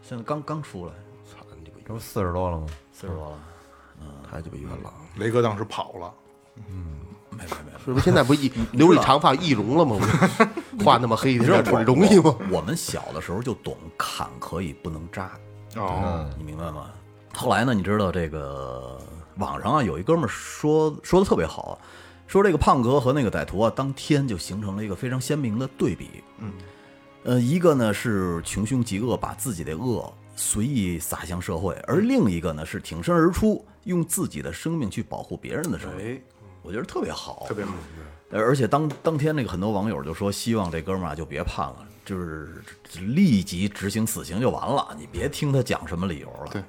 S7: 现在刚刚出来，
S5: 操你
S6: 这不四十多了吗？
S7: 岁数多了，
S5: 妈太鸡巴冤了。
S4: 雷哥当时跑了，
S7: 没没没。
S5: 是不是现在不易留着长发易容了吗？不是画那么黑，你知道
S7: 我
S5: 很容易吗？
S7: 我们小的时候就懂砍可以不能扎，
S4: 哦，
S7: 你明白吗？后来呢，你知道这个网上啊有一哥们儿说说的特别好，说这个胖哥和那个歹徒啊，当天就形成了一个非常鲜明的对比。嗯，呃，一个呢是穷凶极恶，把自己的恶随意撒向社会，而另一个呢是挺身而出，用自己的生命去保护别人的生命。我觉得特别好，
S4: 哎特别好，
S7: 呃而且当当天那个很多网友就说，希望这哥们儿啊就别判了，就是立即执行死刑就完了，你别听他讲什么理由了。
S4: 对。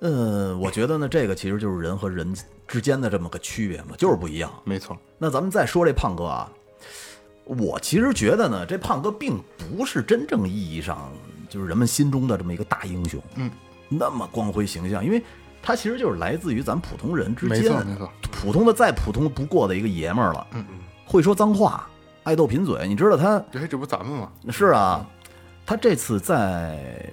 S7: 呃，我觉得呢，这个其实就是人和人之间的这么个区别嘛，就是不一样。
S4: 没错，
S7: 那咱们再说这胖哥啊，我其实觉得呢，这胖哥并不是真正意义上就是人们心中的这么一个大英雄，嗯，那么光辉形象，因为他其实就是来自于咱普通人之间，
S4: 没错没错，
S7: 普通的再普通不过的一个爷们儿了，嗯嗯，会说脏话，爱斗贫嘴，你知道他
S4: 哎，这不咱们吗？
S7: 是啊，他这次在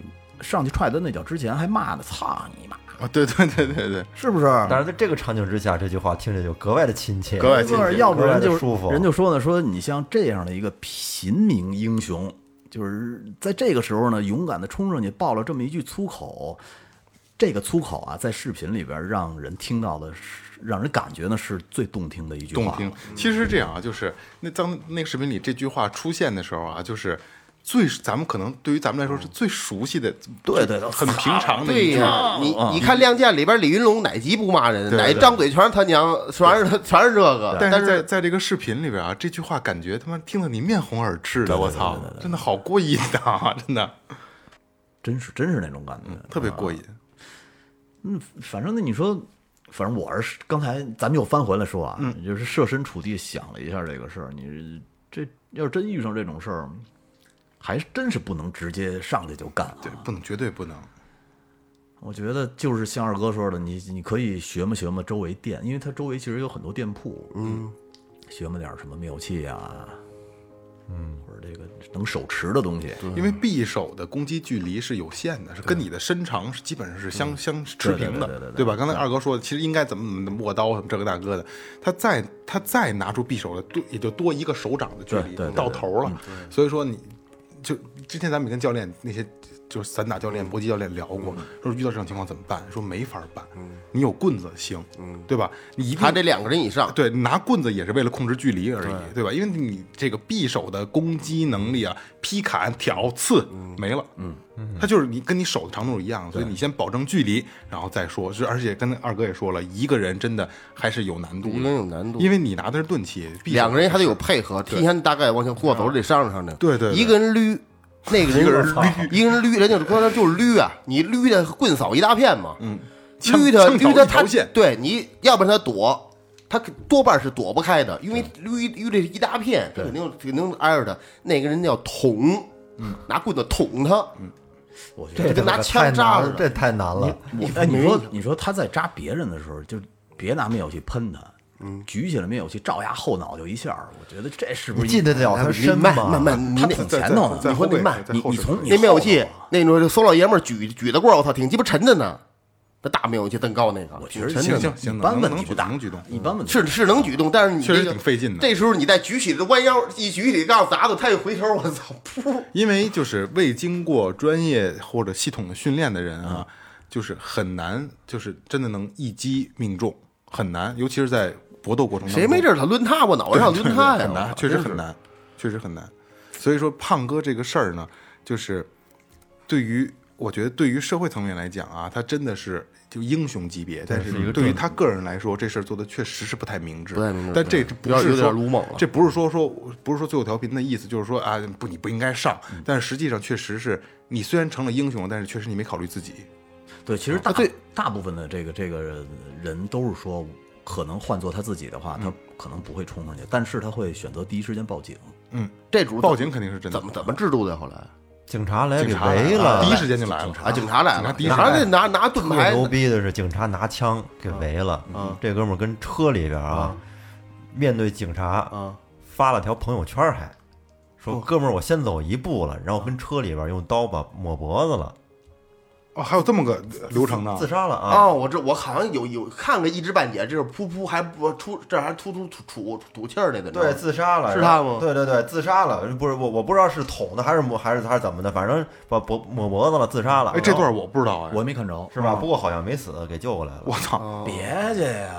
S7: 上去踹他那脚之前还骂呢，操你妈，
S4: 啊，对对对对对，
S7: 是不是？
S6: 但是在这个场景之下，这句话听着就啊格外的亲切，
S4: 格外亲
S7: 没错
S4: 切
S7: 要不然
S6: 格外
S7: 就
S6: 地舒服
S7: 人就说呢，说你像这样的一个平民英雄，就是在这个时候呢，勇敢的冲上去爆了这么一句粗口，这个粗口啊，在视频里边让人听到的是，让人感觉呢是最动听的一句话。
S4: 动听。其实是这样啊，就是那当那个视频里这句话出现的时候啊，就是最咱们可能对于咱们来说是最熟悉的，
S7: 对对对
S4: 很平常的
S5: 对
S4: 一句话
S5: 呀，你你看《亮剑》里边李云龙哪集不骂人？
S4: 对
S5: 哪一
S4: 对
S5: 张嘴全是他娘，全是他，全是这个。
S4: 但是在
S5: 是
S4: 在这个视频里边啊，这句话感觉他妈听得你面红耳赤的，我操，真的好过瘾啊， 真的
S7: 真是真是那种感觉，
S4: 特别过瘾。
S7: 嗯，反正呢，你说，反正我是刚才咱们又翻回来说啊，就是设身处地想了一下这个事儿，你这要是真遇上这种事儿，还真是不能直接上去就干、啊。
S4: 对，不能，绝对不能。
S7: 我觉得就是像二哥说的，你你可以学么学么周围店，因为它周围其实有很多店铺，嗯，学么点儿什么灭火器啊，嗯，或者这个能手持的东西，
S4: 因为匕首的攻击距离是有限的，是跟你的身长是基本上是相相持平
S7: 嗯对对对对
S4: 的
S7: 对，
S4: 对吧？刚才二哥说的，其实应该怎么怎么握刀什么这个那个的，他再他再拿出匕首的多也就多一个手掌的距离
S7: 对对对嗯
S4: 到头了，所以说你就之前咱们也跟教练那些就是散打教
S7: 嗯
S4: 练、搏击教练聊过，说遇到这种情况怎么办？说没法办，
S7: 嗯
S4: 你有棍子行，对吧？你一定
S5: 他得两个人以上，
S4: 对，拿棍子也是为了控制距离而已，对吧？因为你这个匕首的攻击能力啊，劈砍、挑、刺没了，嗯，它就是你跟你手的长度是一样的，所以你先保证距离，然后再说。是而且跟二哥也说了，一个人真的还是有难度
S5: 一个
S4: 的，
S5: 人有难度
S4: 因为你拿的是钝器，匕首
S5: 嗯两个人还得有
S4: 是
S5: 配合，提前大概往前过走得商量商量。
S4: 对对对
S5: 一个人捋，那个人
S4: 一个人
S5: 捋，一个人捋，人家光就是捋啊，你捋的棍扫一大片嘛。嗯，
S4: 枪
S5: 捋他
S4: 枪扫
S5: 捋他
S4: 一条
S5: 他
S4: 线
S5: 对你要不然他躲，他多半是躲不开的，因为捋捋这一大片，他肯定肯定挨着他。那个人叫捅，拿棍子捅他。
S7: 我觉
S6: 这
S7: 得
S5: 就跟拿枪扎似的
S6: 这太难了。
S7: 我哎，你说你说他在扎别人的时候，就别拿灭火器喷他，嗯，举起来灭火器照压后脑就一下儿，我觉得这是不
S6: 你
S7: 是
S6: 进得了他身
S5: 慢
S6: 吗？
S5: 慢慢，你
S7: 他
S5: 那
S7: 挺前头呢？
S4: 在
S7: 你
S4: 后
S7: 说你
S4: 背
S7: 慢，
S4: 在
S7: 你
S4: 后
S7: 你
S4: 手
S7: 从你
S5: 那灭火
S7: 后
S5: 器
S7: 头啊，
S5: 那种搜老爷们儿举举得过，我操，挺鸡巴沉的呢。那大灭火器，登高那个，
S7: 我觉得
S5: 挺
S4: 行
S5: 沉的呢。
S4: 行行，
S7: 一般
S4: 能
S7: 问
S4: 能
S7: 题
S4: 举
S7: 不大，
S4: 能举动，
S7: 一般问题
S5: 是是能举动，但是你、这
S4: 确
S5: 个、
S4: 实挺费劲的
S5: 这时候你再举起这弯腰，一举起杠砸的，他一回头，我操，噗！
S4: 因为就是未经过专业或者系统的训练的人
S5: 嗯
S4: 啊，就是很难，就是真的能一击命中，很难，尤其是在搏斗过程当中，
S5: 谁没这儿他抡他，我脑袋上抡他呀
S4: 很，
S5: 啊我
S4: 难，
S5: 操
S4: 确实
S5: 真是
S4: 很难，确实很难。所以说，胖哥这个事儿呢，就是对于我觉得对于社会层面来讲啊，他真的是就英雄级别，但是对于他个人来说，这事儿做的确实是不太明智。
S5: 不太明智
S4: 但这
S5: 对
S4: 不
S5: 有点
S4: 是
S5: 有
S4: 说
S5: 点鲁莽了
S4: 这不是说说不是说最后调频的意思，就是说啊不你不应该上，
S5: 嗯
S4: 但实际上确实是你虽然成了英雄，但是确实你没考虑自己。
S7: 对，其实大
S5: 对
S7: 大部分的这个这个人都是说可能换做他自己的话，
S4: 嗯
S7: 他可能不会冲上去，但是他会选择第一时间报警。
S5: 这主
S4: 报警肯定是真的，
S5: 怎么怎么制度的？后来
S6: 警察来
S4: 警
S6: 给
S4: 察来
S6: 围了
S4: 第一。时间就来了
S5: 啊，警察来了，
S4: 警
S5: 拿
S4: 察第一
S5: 那
S4: 时间
S5: 拿拿盾
S6: 特
S5: 牌
S6: 牛逼的是，警察拿枪给围了。
S5: 嗯
S6: 这哥们儿跟车里边啊，面对警察，
S5: 啊，
S6: 发了条朋友圈，还
S5: 哦
S6: 说：“哥们儿，我先走一步了。”然后跟车里边用刀把抹脖子了，
S4: 哦，还有这么个流程呢
S6: 自？杀了啊！
S5: 哦，我这我好像有有看个一知半解，这是噗噗还不出，这还突突吐吐吐气儿来的，
S6: 对，自杀了，
S5: 哦是
S6: 然后
S5: 他吗
S6: 对对对，自杀了，不是我，我不知道是捅的还是抹还是还是怎么的，反正把脖抹脖子了，自杀了。
S4: 哎，这
S6: 然
S4: 段
S6: 后
S4: 我啊不知道哎，
S7: 我也没看着，啊
S6: 是
S5: 哦
S6: 吧？不过好像没死，给救过来了。
S4: 我操，
S7: 别介呀，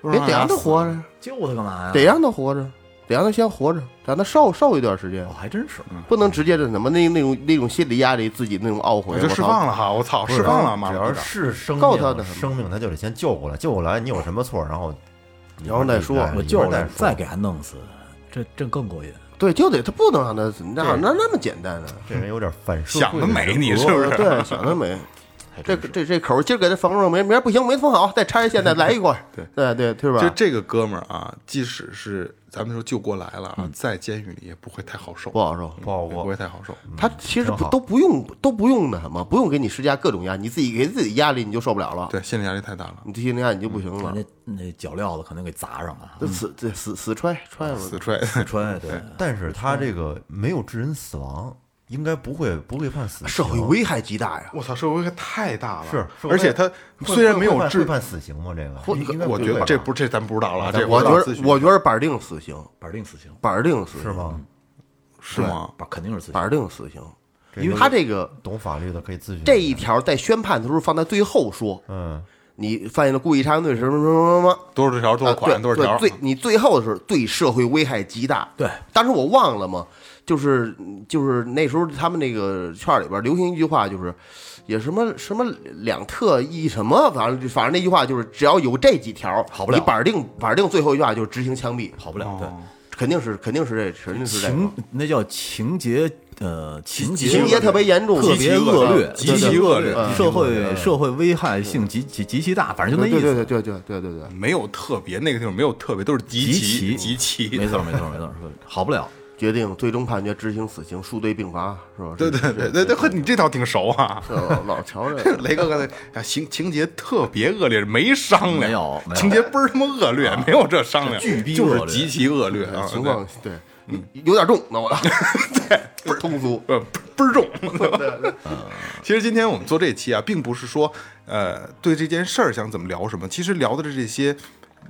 S4: 不
S5: 没
S4: 知道
S5: 得让
S4: 呀
S5: 他活着，
S6: 啊
S7: 救他干嘛呀？
S5: 得让他活着，得让他先活着，让他受受一段时间
S7: 哦，，还真是。
S4: 嗯
S5: 不能直接的什么那那种那种心理压力，自己那种懊悔，
S4: 我就
S5: 我
S4: 释
S5: 操
S4: 放了哈，我操，
S6: 不是
S4: 释放了，马
S6: 只
S4: 上
S6: 要
S4: 就打
S6: 是生
S5: 告他的
S6: 命，
S5: 什么
S6: 生命他就得先救过来，救过来你有什么错，然后
S5: 然后再说
S6: 哎
S7: 我
S6: 一
S7: 救
S6: 会儿
S7: 了，
S6: 再
S7: 再
S6: 说
S7: 给他弄死，这这更过瘾。
S5: 对，就得他不能让他哪哪那么简单 啊？
S6: 这人有点反社
S4: 想
S6: 会
S4: 得
S6: 的
S4: 美，
S6: 人
S4: 你
S6: 格
S4: 是不是？
S5: 对，想 得美。这这这口儿今儿给他缝上，明明儿不行没缝好，再拆一线，再来一块儿。对对对，是吧？
S4: 就这个哥们儿啊，即使是咱们说救过来了啊，在监狱里也不会太好受，嗯
S5: 不好受。
S6: 不好
S4: 也不
S6: 过
S4: 会。太好受。嗯
S5: 他其实
S6: 挺
S5: 不
S6: 好
S5: 都不用都不用那什么，不用给你施加各种压，力，你自己给自己压力你就受不了了，
S4: 对，心理压力太大了，
S5: 你这心理压力你就不行了。
S6: 嗯
S7: 那那脚镣子可能给砸上了，
S5: 这死这死死揣揣了，
S4: 死吹。
S7: 穿对，
S6: 但是他这个没有致人死亡，应该不会不会判死刑。
S5: 社会危害极大呀。
S4: 我操，社会危害太大了，
S6: 是社会
S4: 而且他
S6: 会
S4: 虽然没有
S6: 会判
S4: 治
S6: 会，判死刑吗？这个应应该不
S4: 我觉
S6: 会
S4: 得
S6: 吧
S4: 这不这咱不知道了啊，这
S5: 我
S4: 不
S5: 觉
S4: 知道
S5: 得
S4: 咨询
S5: 我觉得板儿定死刑，
S7: 板定死刑，
S5: 板儿定死
S6: 是
S5: 刑，
S4: 嗯
S6: 吗？
S4: 是吗？
S7: 板肯定是死
S5: 板
S7: 刑。
S5: 儿定死刑，
S6: 这
S5: 因为
S6: 个
S5: 他这个
S6: 懂法律的可以咨询
S5: 这一条在宣判的时候放在最后说，
S6: 嗯，
S5: 你犯现了故意杀人罪什么什么什么什么。
S4: 多少条多少
S5: 啊
S4: 款多
S5: 对
S4: 少条
S5: 对，？最你最后的时候对社会危害极大。
S7: 对，
S5: 当时我忘了嘛，就是就是那时候他们那个圈里边流行一句话，就是也什么什么两特一什么，反正反正那句话就是只要有这几条，
S7: 好不了
S5: 你板儿定板儿定最后一句话就是执行枪毙，
S7: 跑不了，对，
S4: 哦
S5: 肯定是肯定是这肯定是这个
S7: 情那叫情节，呃，情节
S5: 情节特别严重，
S7: 特别恶劣，
S4: 极其恶劣
S7: 对社会社会危害性极极极其大，反正就那
S5: 对
S7: 意
S5: 对
S7: 思
S5: 对。对对对对对，
S4: 没有特别那个地方没有特别，都是极
S7: 极
S4: 其
S7: 其
S4: 极其，
S7: 没错没错没错，好不了。
S5: 决定最终判决执行死刑，数罪并罚，是吧？
S4: 对对对对对，呵你这套挺熟啊。
S5: 这老老瞧这个
S4: 雷哥刚才啊，情情节特别恶劣，没商量，
S7: 没有没有
S4: 情节倍儿他妈恶劣，没有这商量，
S7: 巨逼
S4: 就
S7: 恶
S4: 是
S7: 劣嗯
S4: 极其恶劣啊，
S5: 情况，对，有点重， 那我对不是通俗。
S4: 呃倍儿重， 对 吧？
S7: 嗯
S4: 其实今天我们做这期啊，并不是说呃对这件事儿想怎么聊什么，其实聊的是这些，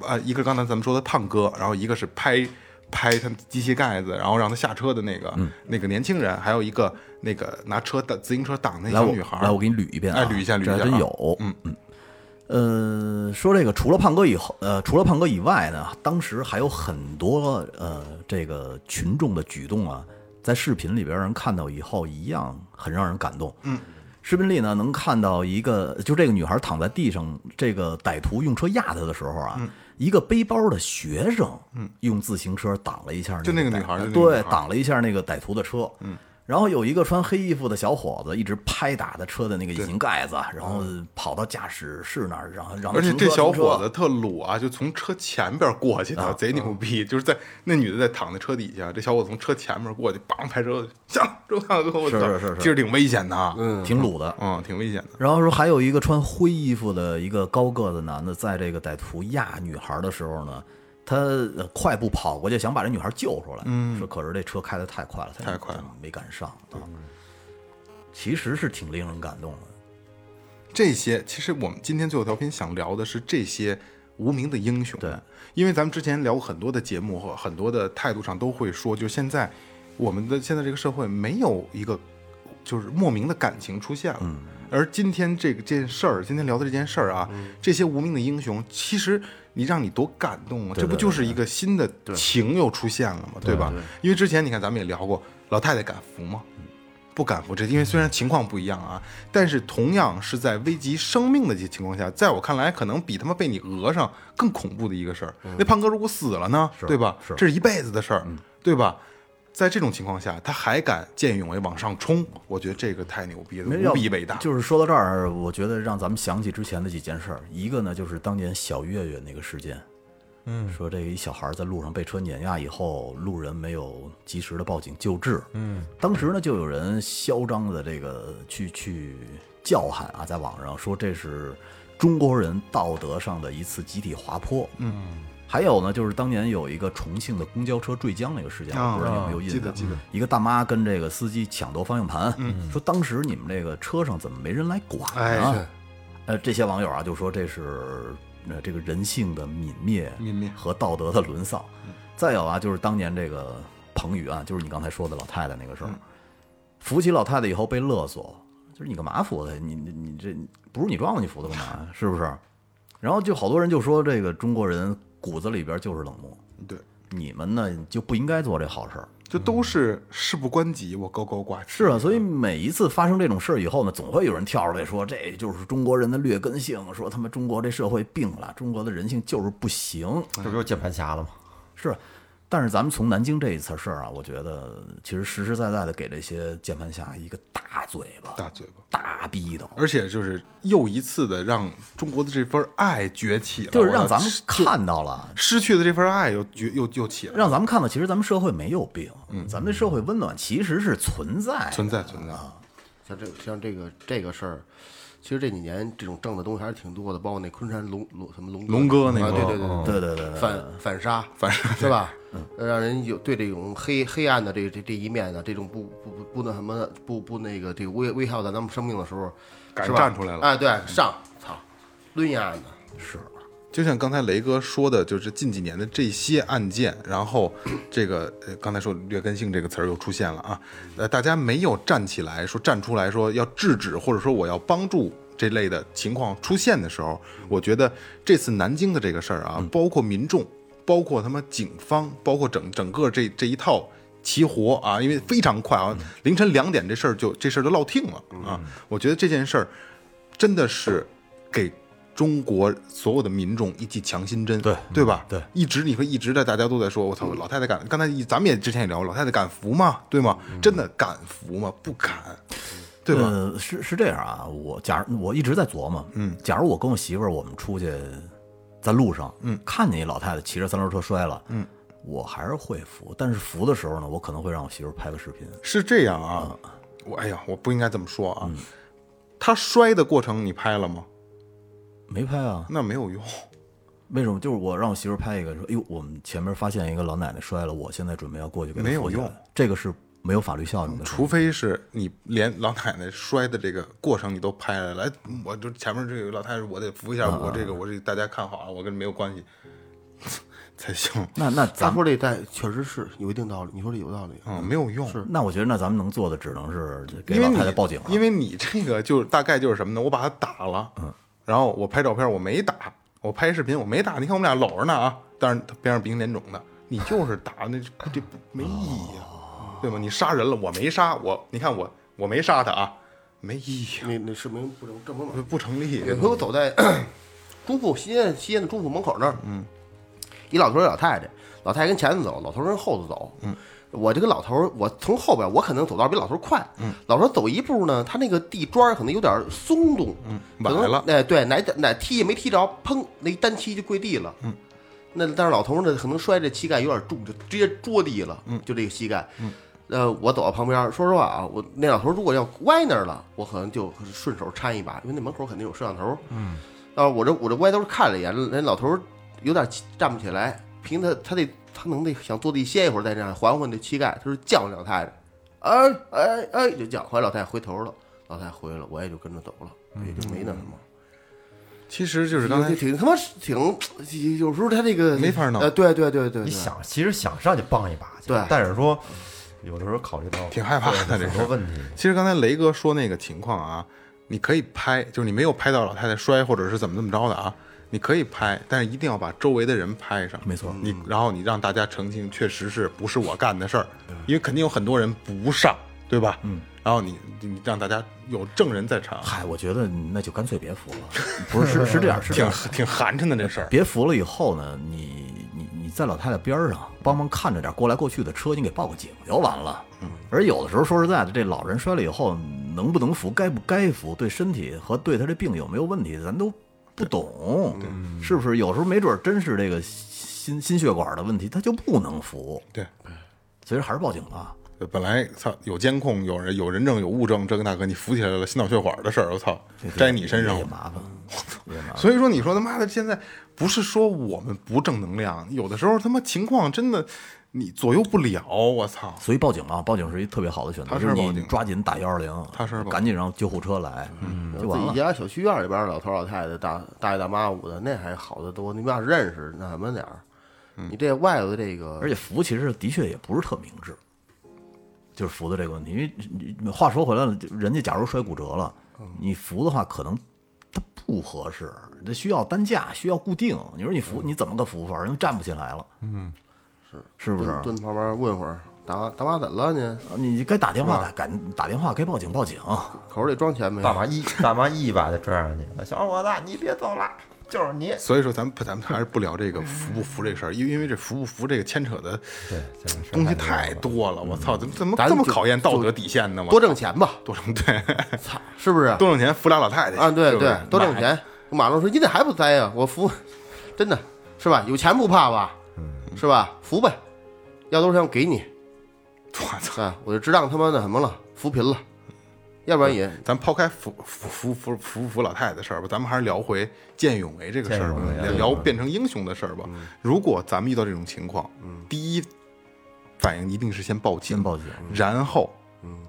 S4: 呃，一个刚才咱们说的胖哥，然后一个是拍拍他机器盖子，然后让他下车的那个、
S7: 嗯
S4: 那个年轻人，还有一个那个拿车挡自行车挡那
S7: 来
S4: 小
S7: 我
S4: 女孩儿，
S7: 来我给你捋一遍啊，
S4: 哎捋一下捋一下
S7: 这
S4: 啊
S7: 还真有，嗯嗯，呃，说这个除了胖哥以后，呃，除了胖哥以外呢，当时还有很多呃这个群众的举动啊，在视频里边让人看到以后一样很让人感动，嗯。视频里呢，能看到一个，就这个女孩躺在地上，这个歹徒用车压她的时候啊，
S4: 嗯
S7: 一个背包的学生，嗯，用自行车挡了一下，
S4: 就那个女孩
S7: 歹
S4: 就那个女
S7: 对，
S4: 孩
S7: 挡了一下那个歹徒的车，嗯，然后有一个穿黑衣服的小伙子一直拍打他车的那个引擎盖子，啊然后跑到驾驶室那儿，然后让他
S4: 而且
S7: 啊停车啊
S4: 这小伙子
S7: 停车
S4: 特鲁啊，就从车前边过去的，贼牛逼！就是在那女的在躺在车底下，这小伙子从车前面过去，梆拍车，下来，周大哥，我操，
S7: 是是是是
S4: 其实挺危险的啊，
S7: 挺鲁的。
S4: 嗯，挺危险的。
S7: 然后说还有一个穿灰衣服的一个高个子男的，在这个歹徒压女孩的时候呢，他呃快步跑过去想把这女孩救出来，嗯，说可是这车开的太快了，他
S4: 太快了，
S7: 没赶上啊。其实是挺令人感动的，
S4: 这些其实我们今天最后调频想聊的是这些无名的英雄。
S7: 对，
S4: 因为咱们之前聊过很多的节目和很多的态度上都会说，就是现在我们的现在这个社会没有一个就是莫名的感情出现了。
S7: 嗯
S4: 而今天这个这件事儿，今天聊的这件事儿啊，这些无名的英雄，其实你让你多感动啊！这不就是一个新的情又出现了嘛，对吧？因为之前你看咱们也聊过，老太太敢扶吗？不敢扶持，因为虽然情况不一样啊，但是同样是在危及生命的这情况下，在我看来，可能比他妈被你讹上更恐怖的一个事儿。那胖哥如果死了呢，对吧？这是一辈子的事儿，对吧？在这种情况下，他还敢见义勇为往上冲，我觉得这个太牛逼
S7: 没
S4: 了，
S7: 有
S4: 无比伟大。
S7: 就是说到这儿，我觉得让咱们想起之前的几件事儿，一个呢就是当年小月月那个事件，嗯，说这一小孩在路上被车碾压以后，路人没有及时的报警救治，嗯，当时呢就有人嚣张的这个去去叫喊啊，在网上说这是中国人道德上的一次集体滑坡，嗯。还有呢，就是当年有一个重庆的公交车坠江那个事件，
S4: 啊
S7: 我不知道你有没有印象？嗯
S4: 记得记得
S7: 一个大妈跟这个司机抢夺方向盘，说当时你们这个车上怎么没人来管
S4: 嗯哎
S7: 呢？呃，这些网友啊就说这是呃这个人性的泯灭，
S4: 泯灭嗯
S7: 和道德的沦丧。再有啊，就是当年这个彭宇啊，就是你刚才说的老太太那个
S4: 嗯
S7: 事儿，扶起老太太以后被勒索，就是你干嘛扶她？你你你这不是你撞的，你扶她干嘛呀？是不是？然后就好多人就说这个中国人骨子里边就是冷漠，
S4: 对，
S7: 你们呢就不应该做这好事儿。
S4: 这都是事不关己，我高高挂起。
S7: 是啊，所以每一次发生这种事儿以后呢，总会有人跳出来说，这就是中国人的劣根性，说他们中国这社会病了，中国的人性就是不行。
S6: 这不就是键盘侠了吗？
S7: 是，啊但是咱们从南京这一次事儿啊，我觉得其实实实在在的给这些键盘侠一个大嘴巴，
S4: 大嗯嘴巴，
S7: 大逼斗，
S4: 而且就是又一次的让中国的这份爱崛起了，
S7: 就是让咱们
S4: 我
S7: 看到了，
S4: 失去的这份爱又崛又又起了，
S7: 让咱们看到，其实咱们社会没有病，咱们这社会温暖其实是存在的，
S4: 嗯存在存在。
S5: 像这像这个这个事儿，其实这几年这种正的东西还是挺多的，包括那昆山龙龙什么龙
S4: 龙哥那个哦
S5: 啊对对对对
S7: 对对对对，
S5: 反反杀，反杀是吧？
S4: 嗯
S5: 呃让人有对这种黑黑暗的这这这一面呢，这种不不不不那什么的不不那个这个危危害到咱们生命的时候，
S4: 敢
S5: 是吧
S4: 站出来了
S5: 哎，对，上，操，抡丫的，
S7: 是。
S4: 就像刚才雷哥说的，就是近几年的这些案件，然后这个呃，刚才说劣根性这个词儿又出现了啊，呃，大家没有站起来说站出来说要制止，或者说我要帮助这类的情况出现的时候，我觉得这次南京的这个事儿啊，包括民众，包括他妈警方，包括整整个这这一套齐活啊，因为非常快啊，凌晨两点这事儿就这事儿就落听了啊。我觉得这件事儿真的是给中国所有的民众一剂强心针，对对吧？对，嗯一直你会一直在大家都在说，我操，老太太敢，刚才一咱们也之前也聊，老太太敢服吗？对吗？真的敢服吗？不敢，对吧？
S7: 呃，是是这样啊，我假如我一直在琢磨，嗯，假如我跟我媳妇儿我们出去，在路上，嗯，看见一老太太骑着三轮车摔了，嗯，我还是会扶，但是扶的时候呢，我可能会让我媳妇儿拍个视频，
S4: 是这样啊，我哎呀，我不应该这么说啊。他摔的过程你拍了吗？
S7: 没拍啊，
S4: 那没有用，
S7: 为什么？就是我让我媳妇儿拍一个，说，哎呦，我们前面发现一个老奶奶摔了，我现在准备要过去给她
S4: 没有
S7: 扶起来
S4: 用，嗯
S7: 这个是没有法律效应的，
S4: 除非是你连老奶奶摔的这个过程你都拍了，来，我就前面这个老太太，我得扶一下，
S7: 啊
S4: 我这个我这大家看好啊，我跟没有关 系才行。
S7: 那那
S5: 咱
S7: 咱们。
S5: 说这代确实是有一定道理，你说这有道理，
S4: 嗯，没有用，
S7: 那我觉得，那咱们能做的只能是给
S4: 因为
S7: 老
S4: 你
S7: 太太报警了。
S4: 因为你这个就是大概就是什么呢？我把他打了，嗯，然后我拍照片我没打，我拍视频我没打，你看我们俩搂着呢啊，但是他边上鼻青脸肿的，你就是打那这这不没意义啊，对吗？你杀人了，我没杀，我你看我我没杀他啊，没意义啊，
S5: 那那是没不能这么嘛。
S4: 不成 立。
S5: 有一回我走在 中府西安西安的中府门口那儿，嗯，一老头儿一老太太，老太太跟前头走，老头儿跟后头走，嗯，我这个老头儿，我从后边，我可能走道比老头儿快，嗯，老头儿走一步呢，他那个地砖儿可能有点松动，嗯，
S4: 崴了
S5: 哎，对，哪哪踢也没踢着，砰，那一单踢就跪地了，嗯。那但是老头儿呢，可能摔这膝盖有点重，就直接着地了，嗯，就这个膝盖，嗯，呃，我走到旁边，说实话啊，我那老头儿如果要歪那儿了，我可能就顺手搀一把，因为那门口肯定有摄像头，嗯，啊，我这我这歪头看了一眼，人老头儿有点起站不起来，凭他他得他能得想坐地歇一会儿再这样缓缓这膝盖，他说叫老太太，哎哎哎就叫，后来老太太回头了，老太太回了，我也就跟着走了，也就没那什么。
S4: 其实嗯就是
S5: 就
S4: 刚才
S5: 就挺他妈挺，有时候他这个
S4: 没法弄
S5: 呃，对对对对，
S6: 你
S5: 对
S6: 想，其实想上去帮一把去，
S5: 对
S6: 但是说有的时候考虑到
S4: 挺害怕的这
S6: 很
S4: 事儿
S6: 多问题，
S4: 其实刚才雷哥说那个情况啊，你可以拍，就是你没有拍到老太太摔或者是怎么怎么着的啊，你可以拍，但是一定要把周围的人拍上。
S7: 没错
S4: 你然后你让大家澄清，确实是不是我干的事儿，因为肯定有很多人不上，对吧？嗯。然后你你让大家有证人在场，
S7: 嗨，我觉得那就干 脆别扶了。不是，是是这样，是这
S4: 挺
S7: 样，
S4: 挺寒碜的这事儿。
S7: 别服了以后呢，你你你你在老太太边儿上帮忙看着点过来过去的车，你给报个警就完了。
S4: 嗯
S7: 而有的时候说实在的，这老人摔了以后能不能扶，该不该扶，对身体和对他这病有没有问题，咱都不懂，
S4: 嗯
S7: 是不是？有时候没准儿真是这个心心血管的问题，他就不能扶，
S4: 对，
S7: 所以还是报警吧。
S4: 本来操有监控，有人有人证，有物证，这个那个你扶起来了，心脑血管的事儿，我操，摘你身上
S7: 也
S4: 了。
S7: 麻烦，
S4: 所以说，你说他妈的，现在不是说我们不正能量，有的时候他妈情况真的你左右不了，我操！
S7: 所以报警啊嘛，报警是一特别好的选择。
S4: 踏实
S7: 就是
S4: 报
S7: 你
S4: 警
S7: 抓紧打幺二零，
S4: 踏实报警嗯
S7: 赶紧让救护车来，就
S5: 自
S7: 完
S5: 己
S7: 了。
S5: 家小区院里边儿老头老太太、大大爷大妈捂的，那还好得多。你们要是认识，那什么点儿，
S4: 嗯
S5: 你这外头这个，
S7: 而且扶其实的确也不是特明智，就是扶的这个问题。因为你你话说回来了，就人家假如摔骨折了，
S4: 嗯
S7: 你扶的话可能它不合适，这需要担架，需要固定。你说你
S4: 嗯
S7: 扶你怎么个扶法？因为站不起来了，嗯，是是不是？
S5: 蹲蹲旁边问会儿，大妈大妈怎么了呢？
S7: 你该打电话打，赶打电话，该报警报警。
S5: 口里装钱没？
S6: 大妈一大妈一把就拽上去了，小伙子，你别走了，就是你。
S4: 所以说，咱们咱们还是不聊这个服不服这事儿，因为因为这服不服这个牵扯的
S6: 对，这个事儿
S4: 东西
S6: 太
S4: 太多了，我操！怎么怎么
S5: 咱
S4: 这么
S5: 就
S4: 考验道德底线呢？我
S5: 多挣钱吧，
S4: 多挣对，
S5: 操，是不是？
S4: 多挣钱扶俩老太太
S5: 啊，对
S4: 对不
S5: 对，多挣。钱。马龙说：“你咋还不栽呀、我服，真的是吧？有钱不怕吧？是吧？服呗，要多少钱我给你。
S4: 我操！
S5: 啊，我就知道他妈那什么了，扶贫了，要不然也
S4: 咱抛开扶扶扶扶扶不扶老太太的事儿吧，咱们还是聊回见义勇为这个事儿吧
S6: 见义勇为，啊
S4: 聊聊变成英雄的事儿吧。
S7: 嗯
S4: 如果咱们遇到这种情况，第一反应一定是先报警，
S7: 先报警
S4: 然后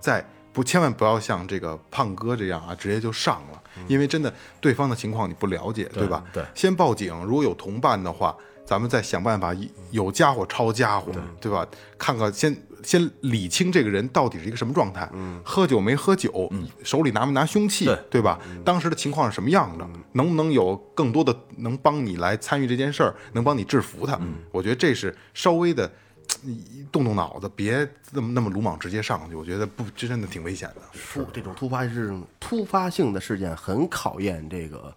S4: 再不千万不要像这个胖哥这样啊，直接就上了，因为真的对方的情况你不了解，对吧？
S7: 嗯对
S4: 先报警，如果有同伴的话，咱们再想办法有家伙抄家伙，对吧？看看先先理清这个人到底是一个什么状态，喝酒没喝酒，手里拿没拿凶器，
S7: 嗯对嗯
S4: 对吧？当时的情况是什么样的？能不能有更多的能帮你来参与这件事儿，能帮你制服他？
S7: 嗯
S4: 我觉得这是稍微的。嘖动动脑子，别那么那么鲁莽直接上去，我觉得不，这真的挺危险的。
S5: 突这种突发事突发性的事件很考验这个，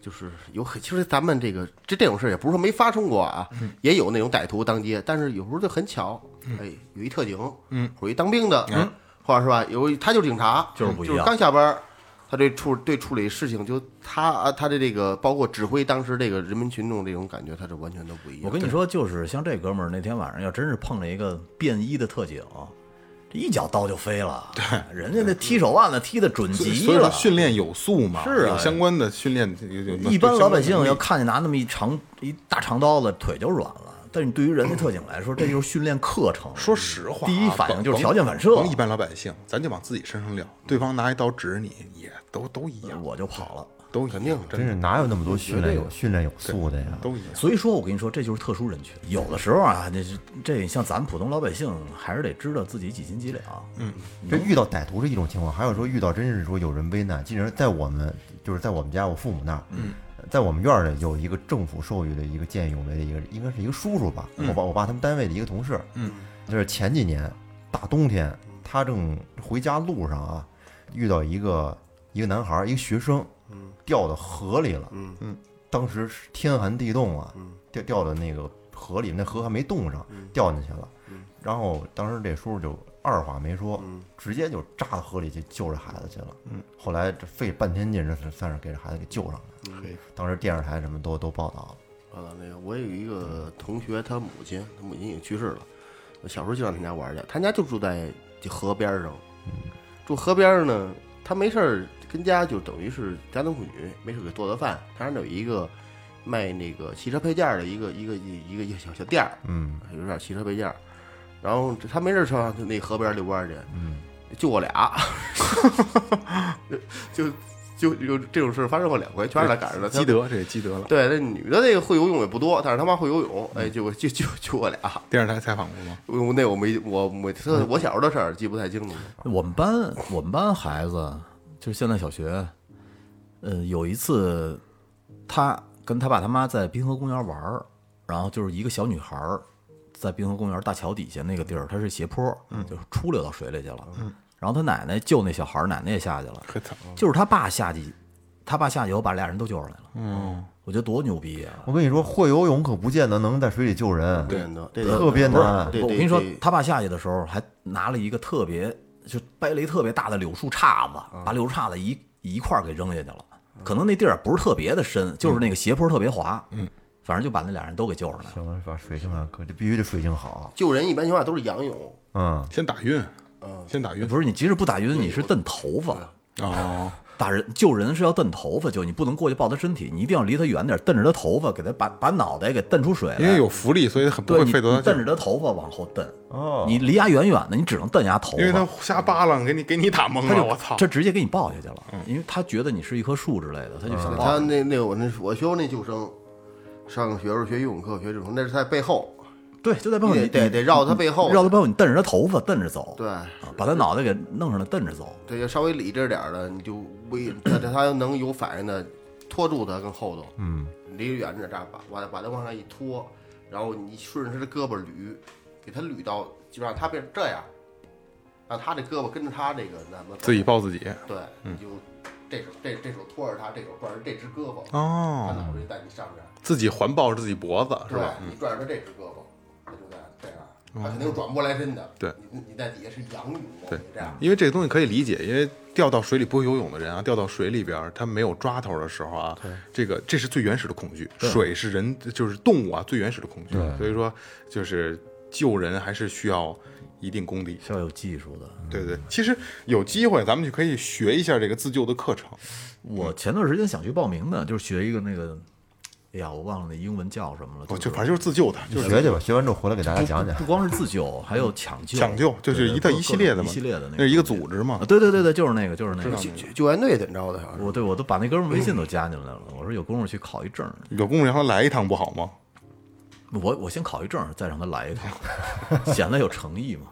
S5: 就是有很其实咱们这个这这种事儿也不是说没发生过啊，
S7: 嗯
S5: 也有那种歹徒当街，但是有时候就很巧，哎，有一特警，嗯，有一当兵的，嗯，或者是吧，有一他就是警察，
S7: 就是不一样
S5: 刚下班儿。他对处对处理事情，就他啊，他的这个包括指挥当时这个人民群众这种感觉，他是完全都不一样。
S7: 我跟你说，就是像这哥们儿那天晚上，要真是碰着一个便衣的特警，这一脚刀就飞了。对，人家那踢手腕子踢的准
S4: 所以
S7: 极
S4: 所以说
S7: 了。
S4: 训练有素嘛，
S7: 是啊
S4: 有相关的训练，有有有
S7: 一般老百
S4: 相关的能
S7: 姓要
S4: 力
S7: 看见拿那么一长一大长刀子，腿就软了。但是对于人家特警来说，这就是训练课程。
S4: 说实话啊，
S7: 第一反应
S4: 甭
S7: 就是
S4: 甭
S7: 条件反射
S4: 甭一般老百姓，咱就往自己身上撂，对方拿一刀指着你，也都都一样，
S7: 我就跑了。
S4: 都嗯肯定
S6: 真
S4: 真
S6: 是
S4: 的
S6: 哪有那么多训练有训练有素的呀？
S4: 都一 样。
S7: 所以说我跟你说，这就是特殊人群。有的时候啊，这这像咱们普通老百姓，还是得知道自己几斤几两。嗯，
S6: 就遇到歹徒是一种情况，还有说遇到真是说有人危难，竟然在我们就是在我们家我父母那儿，在我们院儿里有一个政府授予的一个见义勇为的一个，应该是一个叔叔吧，我爸我爸他们单位的一个同事，嗯，就是前几年大冬天，他正回家路上啊，遇到一个一个男孩儿，一个学生，掉到河里了，嗯当时是天寒地冻啊，掉掉到那个河里，那河还没冻上，掉进去了。然后当时这叔叔就二话没说，
S5: 嗯
S6: 直接就扎到河里去救这孩子去了。后来这费半天劲，这才算是给这孩子给救上来了。当时电视台什么都都报道了。
S5: 完啊了，那个我有一个同学，他母亲，他母亲已经去世了。我小时候就上他家玩儿去，他家就住在就河边儿上，住河边儿上呢，他没事儿跟家就等于是家庭妇女，没事儿给做做饭。他那儿有一个卖那个汽车配件儿的一个一个一个一个小小店儿，
S6: 嗯，
S5: 有点汽车配件儿。然后他没事儿上那河边儿遛弯儿去，就我俩， 就就有这种事儿发生过两回，全是他赶上的。
S4: 积德，这也积德了。
S5: 对，那女的那个会游泳也不多，但是他妈会游泳，哎，就就就就我俩，
S4: 电视台采访过吗？
S5: 我那我没我我这我小时候的事儿记不太清楚了，
S7: 我们班我们班孩子就是现在小学，呃，有一次他跟他爸他妈在滨河公园玩儿，然后就是一个小女孩儿在滨河公园大桥底下那个地儿，它是斜坡，嗯，就是出溜到水里去了，嗯，然后他奶奶救那小孩儿，奶奶也下去了，
S4: 可惨了，
S7: 就是他爸下去他爸下去以后把俩人都救上来了。嗯，我觉得多牛逼啊！
S6: 我跟你说，会游泳可不见得能在水里救人，
S5: 对的，对
S6: 特别
S7: 不是，
S6: 难。
S5: 对
S7: 我
S5: 对
S7: 跟你说
S5: 对，
S7: 他爸下去的时候还拿了一个特别，就掰了一特别大的柳树杈子，
S4: 嗯
S7: 把柳树杈子一一块儿给扔下去了。可能那地儿不是特别的深，
S4: 嗯
S7: 就是那个斜坡特别滑。嗯，反正就把那俩人都给救上来了。
S6: 行了，把水性上可这必须得水性好。
S5: 救人一般情况下都是仰泳，
S6: 嗯，
S4: 先打晕，先打晕
S7: 不是你即使不打晕，你是蹬头发。
S4: 哦，
S7: 打人救人是要蹬头发救，你不能过去抱他身体，你一定要离他远点，蹬着他头发，给他把把脑袋给蹬出水来。
S4: 因为有浮力，所以很不
S7: 对
S4: 会
S7: 你
S4: 费多
S7: 你
S4: 大劲
S7: 蹬
S4: 儿
S7: 着，他头发往后蹬，
S6: 哦
S7: 你离他远远的，你只能蹬下头发。
S4: 因为他瞎扒拉，给你给你打懵
S7: 他
S4: 了，
S7: 就
S4: 我操！嗯
S7: 这直接给你抱下去了，因为他觉得你是一棵树之类的，他就想抱
S5: 他
S7: 你。
S5: 那那我那我学过那救生，上学时候学游泳课学救生，那是在背后，
S7: 对，就在背后
S5: 你
S7: 你
S5: 得得得绕他背后
S7: 绕他背后，你蹬着他头发，蹬着走，
S5: 对
S7: 啊把他脑袋给弄上来，蹬着走。
S5: 对，要稍微理智点儿的，你就危，他他他能有反应的，拖住他跟后头，嗯，离远点儿，这样把把把他往上一拖，然后你顺着他的胳膊捋，给他捋到，就让他变成这样，让他这胳膊跟着他这个那么
S4: 自己抱嗯自己
S5: 对，你就这手这这手托着他，这手拽着这只胳膊，他
S4: 哦，
S5: 脑袋就在你上面，
S4: 自己环抱着自己脖子是
S5: 对
S4: 吧？，嗯哦
S5: 你拽着他这只胳膊，他就在这样，他肯定转不过来身的，
S4: 对
S5: 你你在底下是仰泳，
S4: 对
S5: 这样，
S4: 因为这个东西可以理解，因为掉到水里不会游泳的人啊，掉到水里边儿他没有抓头的时候啊，这个这是最原始的恐惧，水是人就是动物啊最原始的恐惧，所以说就是救人还是需要一定功底。
S7: 是要有技术的。
S4: 对对，其实有机会咱们就可以学一下这个自救的课程。
S7: 我前段时间想去报名的，就是学一个那个，哎呀，我忘了那英文叫什么了。
S4: 我
S7: 是
S4: 哦就反正就是自救的，就
S6: 你
S4: 是
S6: 学去吧，学完之后回来给大家
S7: 不
S6: 讲讲
S7: 不。光是自救，还有抢救。
S4: 抢救，就是一套
S7: 对对
S4: 一系列的
S7: 各
S4: 嘛，
S7: 种一系列的那
S4: 那是一个
S7: 东西
S4: 组织嘛
S7: 啊。。对对对对，就是那个，就是那
S4: 嗯
S7: 个。
S5: 救救援队怎么着的？
S7: 我对我都把那哥们儿微信都加进来了。我说有功夫去考一证儿，
S4: 有功夫让他来一趟不好吗？
S7: 我我先考一证儿，再让他来 一趟，显得有诚意嘛。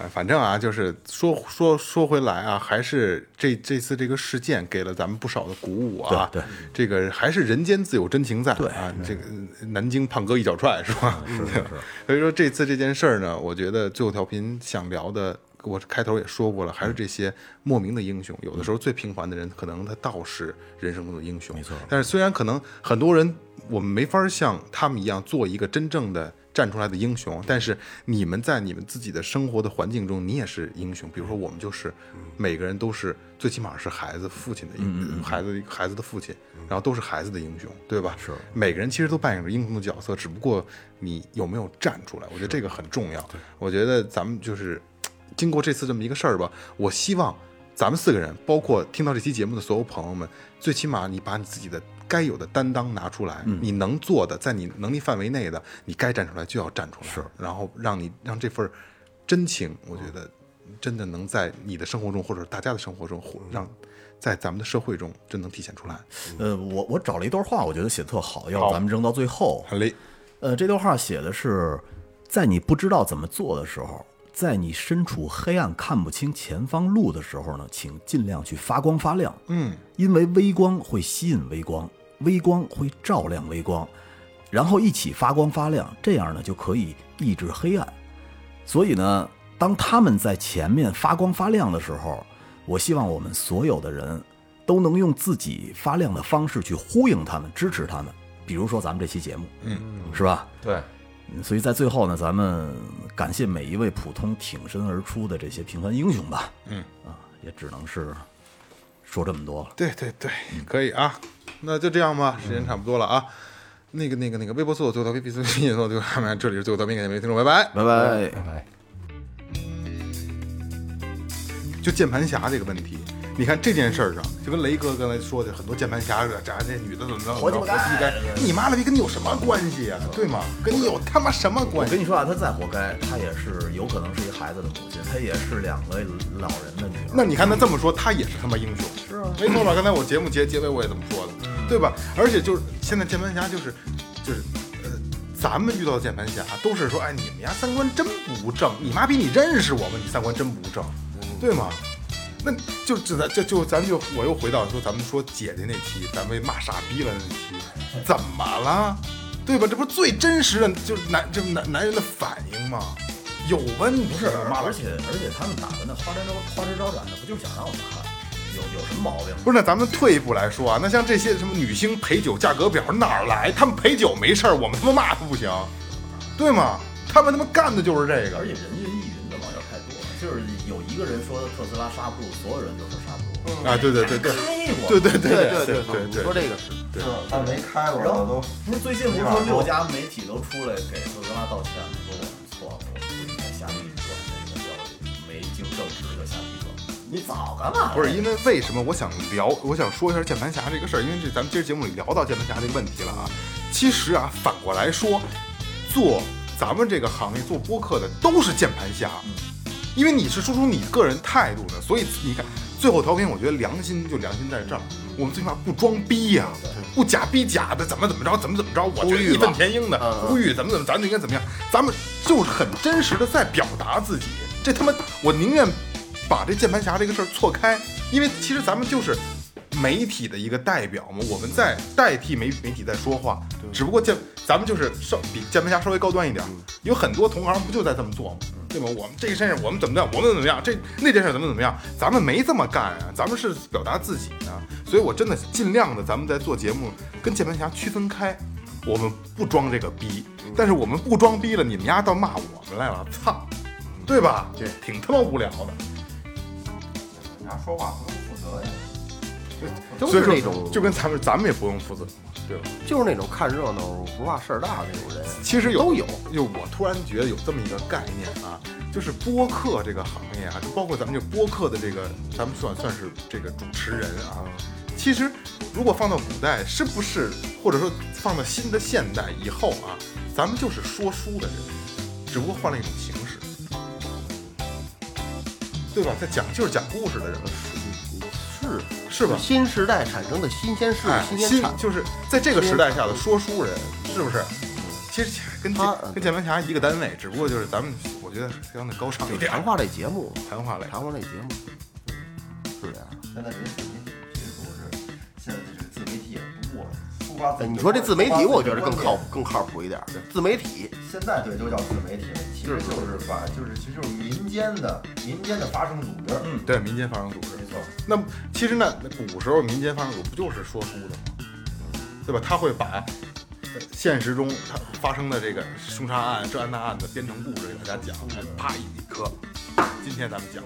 S4: 哎，反正啊，就是说说说回来啊，还是这这次这个事件给了咱们不少的鼓舞啊。
S7: 对对
S4: 这个还是人间自有真情在。对啊，这个南京胖哥一脚踹是吧？是是所以说这次这件事儿呢，我觉得最后调频想聊的。我开头也说过了，还是这些莫名的英雄。有的时候最平凡的人，可能他倒是人生中的英雄。没错。但是虽然可能很多人我们没法像他们一样做一个真正的站出来的英雄，但是你们在你们自己的生活的环境中，你也是英雄。比如说，我们就是每个人都是最起码是孩子父亲的英，孩子孩子的父亲，然后都是孩子的英雄，对吧？嗯是每个人其实都扮演着英雄的角色，只不过你有没有站出来，我觉得这个很重要。我觉得咱们就是经过这次这么一个事儿吧，我希望咱们四个人，包括听到这期节目的所有朋友们，最起码你把你自己的该有的担当拿出来，你能做的，在你能力范围内的，你该站出来就要站出来，是，然后让你让这份儿真情，我觉得真的能在你的生活中，或者大家的生活中，或让在咱们的社会中，真能体现出来。
S7: 呃，我我找了一段话，我觉得写得特好，要不咱们扔到最后。
S4: 好嘞，
S7: 呃，这段话写的是，在你不知道怎么做的时候，在你身处黑暗看不清前方路的时候呢，请尽量去发光发亮。嗯，因为微光会吸引微光，微光会照亮微光，然后一起发光发亮，这样呢就可以抑制黑暗。所以呢，当他们在前面发光发亮的时候，我希望我们所有的人都能用自己发亮的方式去呼应他们，支持他们。比如说咱们这期节目，嗯，是吧？
S6: 对，
S7: 嗯所以在最后呢，咱们感谢每一位普通挺身而出的这些平凡英雄吧。嗯，啊，也只能是说这么多了。
S4: 对对对，可以啊，那就这样吧，时间差不多了啊。那个、那个、那个，微博搜索最后调频，微信搜索最后调 频，这里是最后调频，感谢每位听众，拜拜。
S7: 拜拜。
S4: 就键盘侠这个问题，你看这件事儿上，就跟雷哥刚才说的，很多键盘侠这这女的怎么着，活鸡巴该，你妈了逼，跟你有什么关系呀、对吗？跟你有他妈什么
S7: 我
S4: 关系
S7: 跟？你说啊，他再活该，他也是有可能是一孩子的母亲，他也是两个老人的女儿。
S4: 那你看他这么说，他也是他妈英雄，是啊，没错吧？刚才我节目结结尾我也这么说的，对吧？而且就是现在键盘侠就是就是。呃，咱们遇到的键盘侠都是说，哎，你们家三观真不正，你妈逼，你认识我吗？你三观真不正，对吗？那就只咱就就咱就我又回到说咱们说姐姐那期，咱们骂傻逼了那期，怎么了？对吧？这不是最真实的，就是男这男男人的反应吗？有问题，
S7: 不是，
S4: 骂了
S7: 而且而且他们打的那花枝招花枝招展的，不就是想让我们看？有有什么毛病？
S4: 不是，那咱们退一步来说啊，那像这些什么女星陪酒价格表哪儿来？他们陪酒没事儿，我们他妈骂他不行，对吗？他们他妈干的就是这个
S7: 而且。人云亦云的网友太多了，就是有一个人说特斯拉刹不住，所有人都说刹不住。
S4: 啊，对对对对，
S7: 开过，
S4: 对对对对
S5: 对对，你
S4: 对
S5: 说这个是
S4: 对
S6: 但没开过
S7: 然后不是最近不是说六家媒体都出来给特斯拉道歉吗，说我们错了，我们不应该瞎逼转这个标题，没经证实就瞎逼转。你早干
S5: 啊
S7: 嘛了？
S4: 不是因为为什么我想聊，我想说一下键盘侠这个事儿，因为这咱们今儿节目里聊到键盘侠这个问题了啊。其实啊，反过来说，做咱们这个行业做播客的都是键盘侠，
S5: 嗯
S4: 因为你是说出你个人态度的，所以你看最后调频，我觉得良心就良心在这儿，
S5: 嗯
S4: 我们最起码不装逼呀、不假逼假的，怎么怎么着，怎么怎么着，我觉得
S5: 呼吁吧
S4: 义愤填膺的呼吁，怎么怎么，咱们应该怎么样，咱们就是很真实的在表达自己，这他妈我宁愿把这键盘侠这个事儿错开，因为其实咱们就是媒体的一个代表嘛，我们在代替媒媒体在说话，只不过键咱们就是稍比键盘侠稍微高端一点，有很多同行不就在这么做吗？对吧？我们这件事我们怎么样，我们怎么样，这那件事怎么怎么样，咱们没这么干啊，咱们是表达自己呢，所以我真的尽量的，咱们在做节目跟键盘侠区分开。我们不装这个逼，
S5: 嗯
S4: 但是我们不装逼了，你们丫倒骂我们来了，操，对吧？
S5: 对
S4: 挺他妈无聊的。
S6: 人家说话不用负责呀。
S5: 都
S4: 所以
S5: 是
S4: 说
S5: 那种
S4: 就跟咱们咱们也不用负责。
S5: 就是那种看热闹不怕事儿大的那种人，
S4: 其实有
S5: 都有，
S4: 就我突然觉得有这么一个概念啊，就是播客这个行业啊，就包括咱们这播客的这个，咱们算算是这个主持人啊。其实如果放到古代，是不是或者说放到新的现代以后啊，咱们就是说书的人，只不过换了一种形式，对吧？在讲就是讲故事的人，
S5: 是
S4: 是吧？
S5: 新时代产生的新鲜事
S4: 哎，、
S5: 新鲜
S4: 新
S5: 产物，
S4: 就是在这个时代下的说书人，是不是？其实跟
S5: 他
S4: 键跟键盘侠一个单位，只不过就是咱们，我觉得是相对高尚一
S5: 就
S4: 点
S5: 谈，话类节目，
S4: 谈话类。
S5: 谈话类节目，啊是这样。
S6: 现在这些自媒体其实都是现在这个自媒体也不过抒发自
S5: 哎，
S6: 己的观点。
S5: 你说这自媒体，我觉得更靠
S6: 谱。
S5: 更靠谱一点儿。自媒体，
S6: 现在对都叫自媒体，其实就是把就是其实就是民间的民间的发声组织。嗯，
S4: 对，民间发声组织
S6: 没。错。
S4: 那么其实呢，古时候民间发声组织不就是说书的吗？对吧？他会把呃现实中他发生的这个凶杀案、这案那案的编成故事给大家讲，啪一一磕。今天咱们讲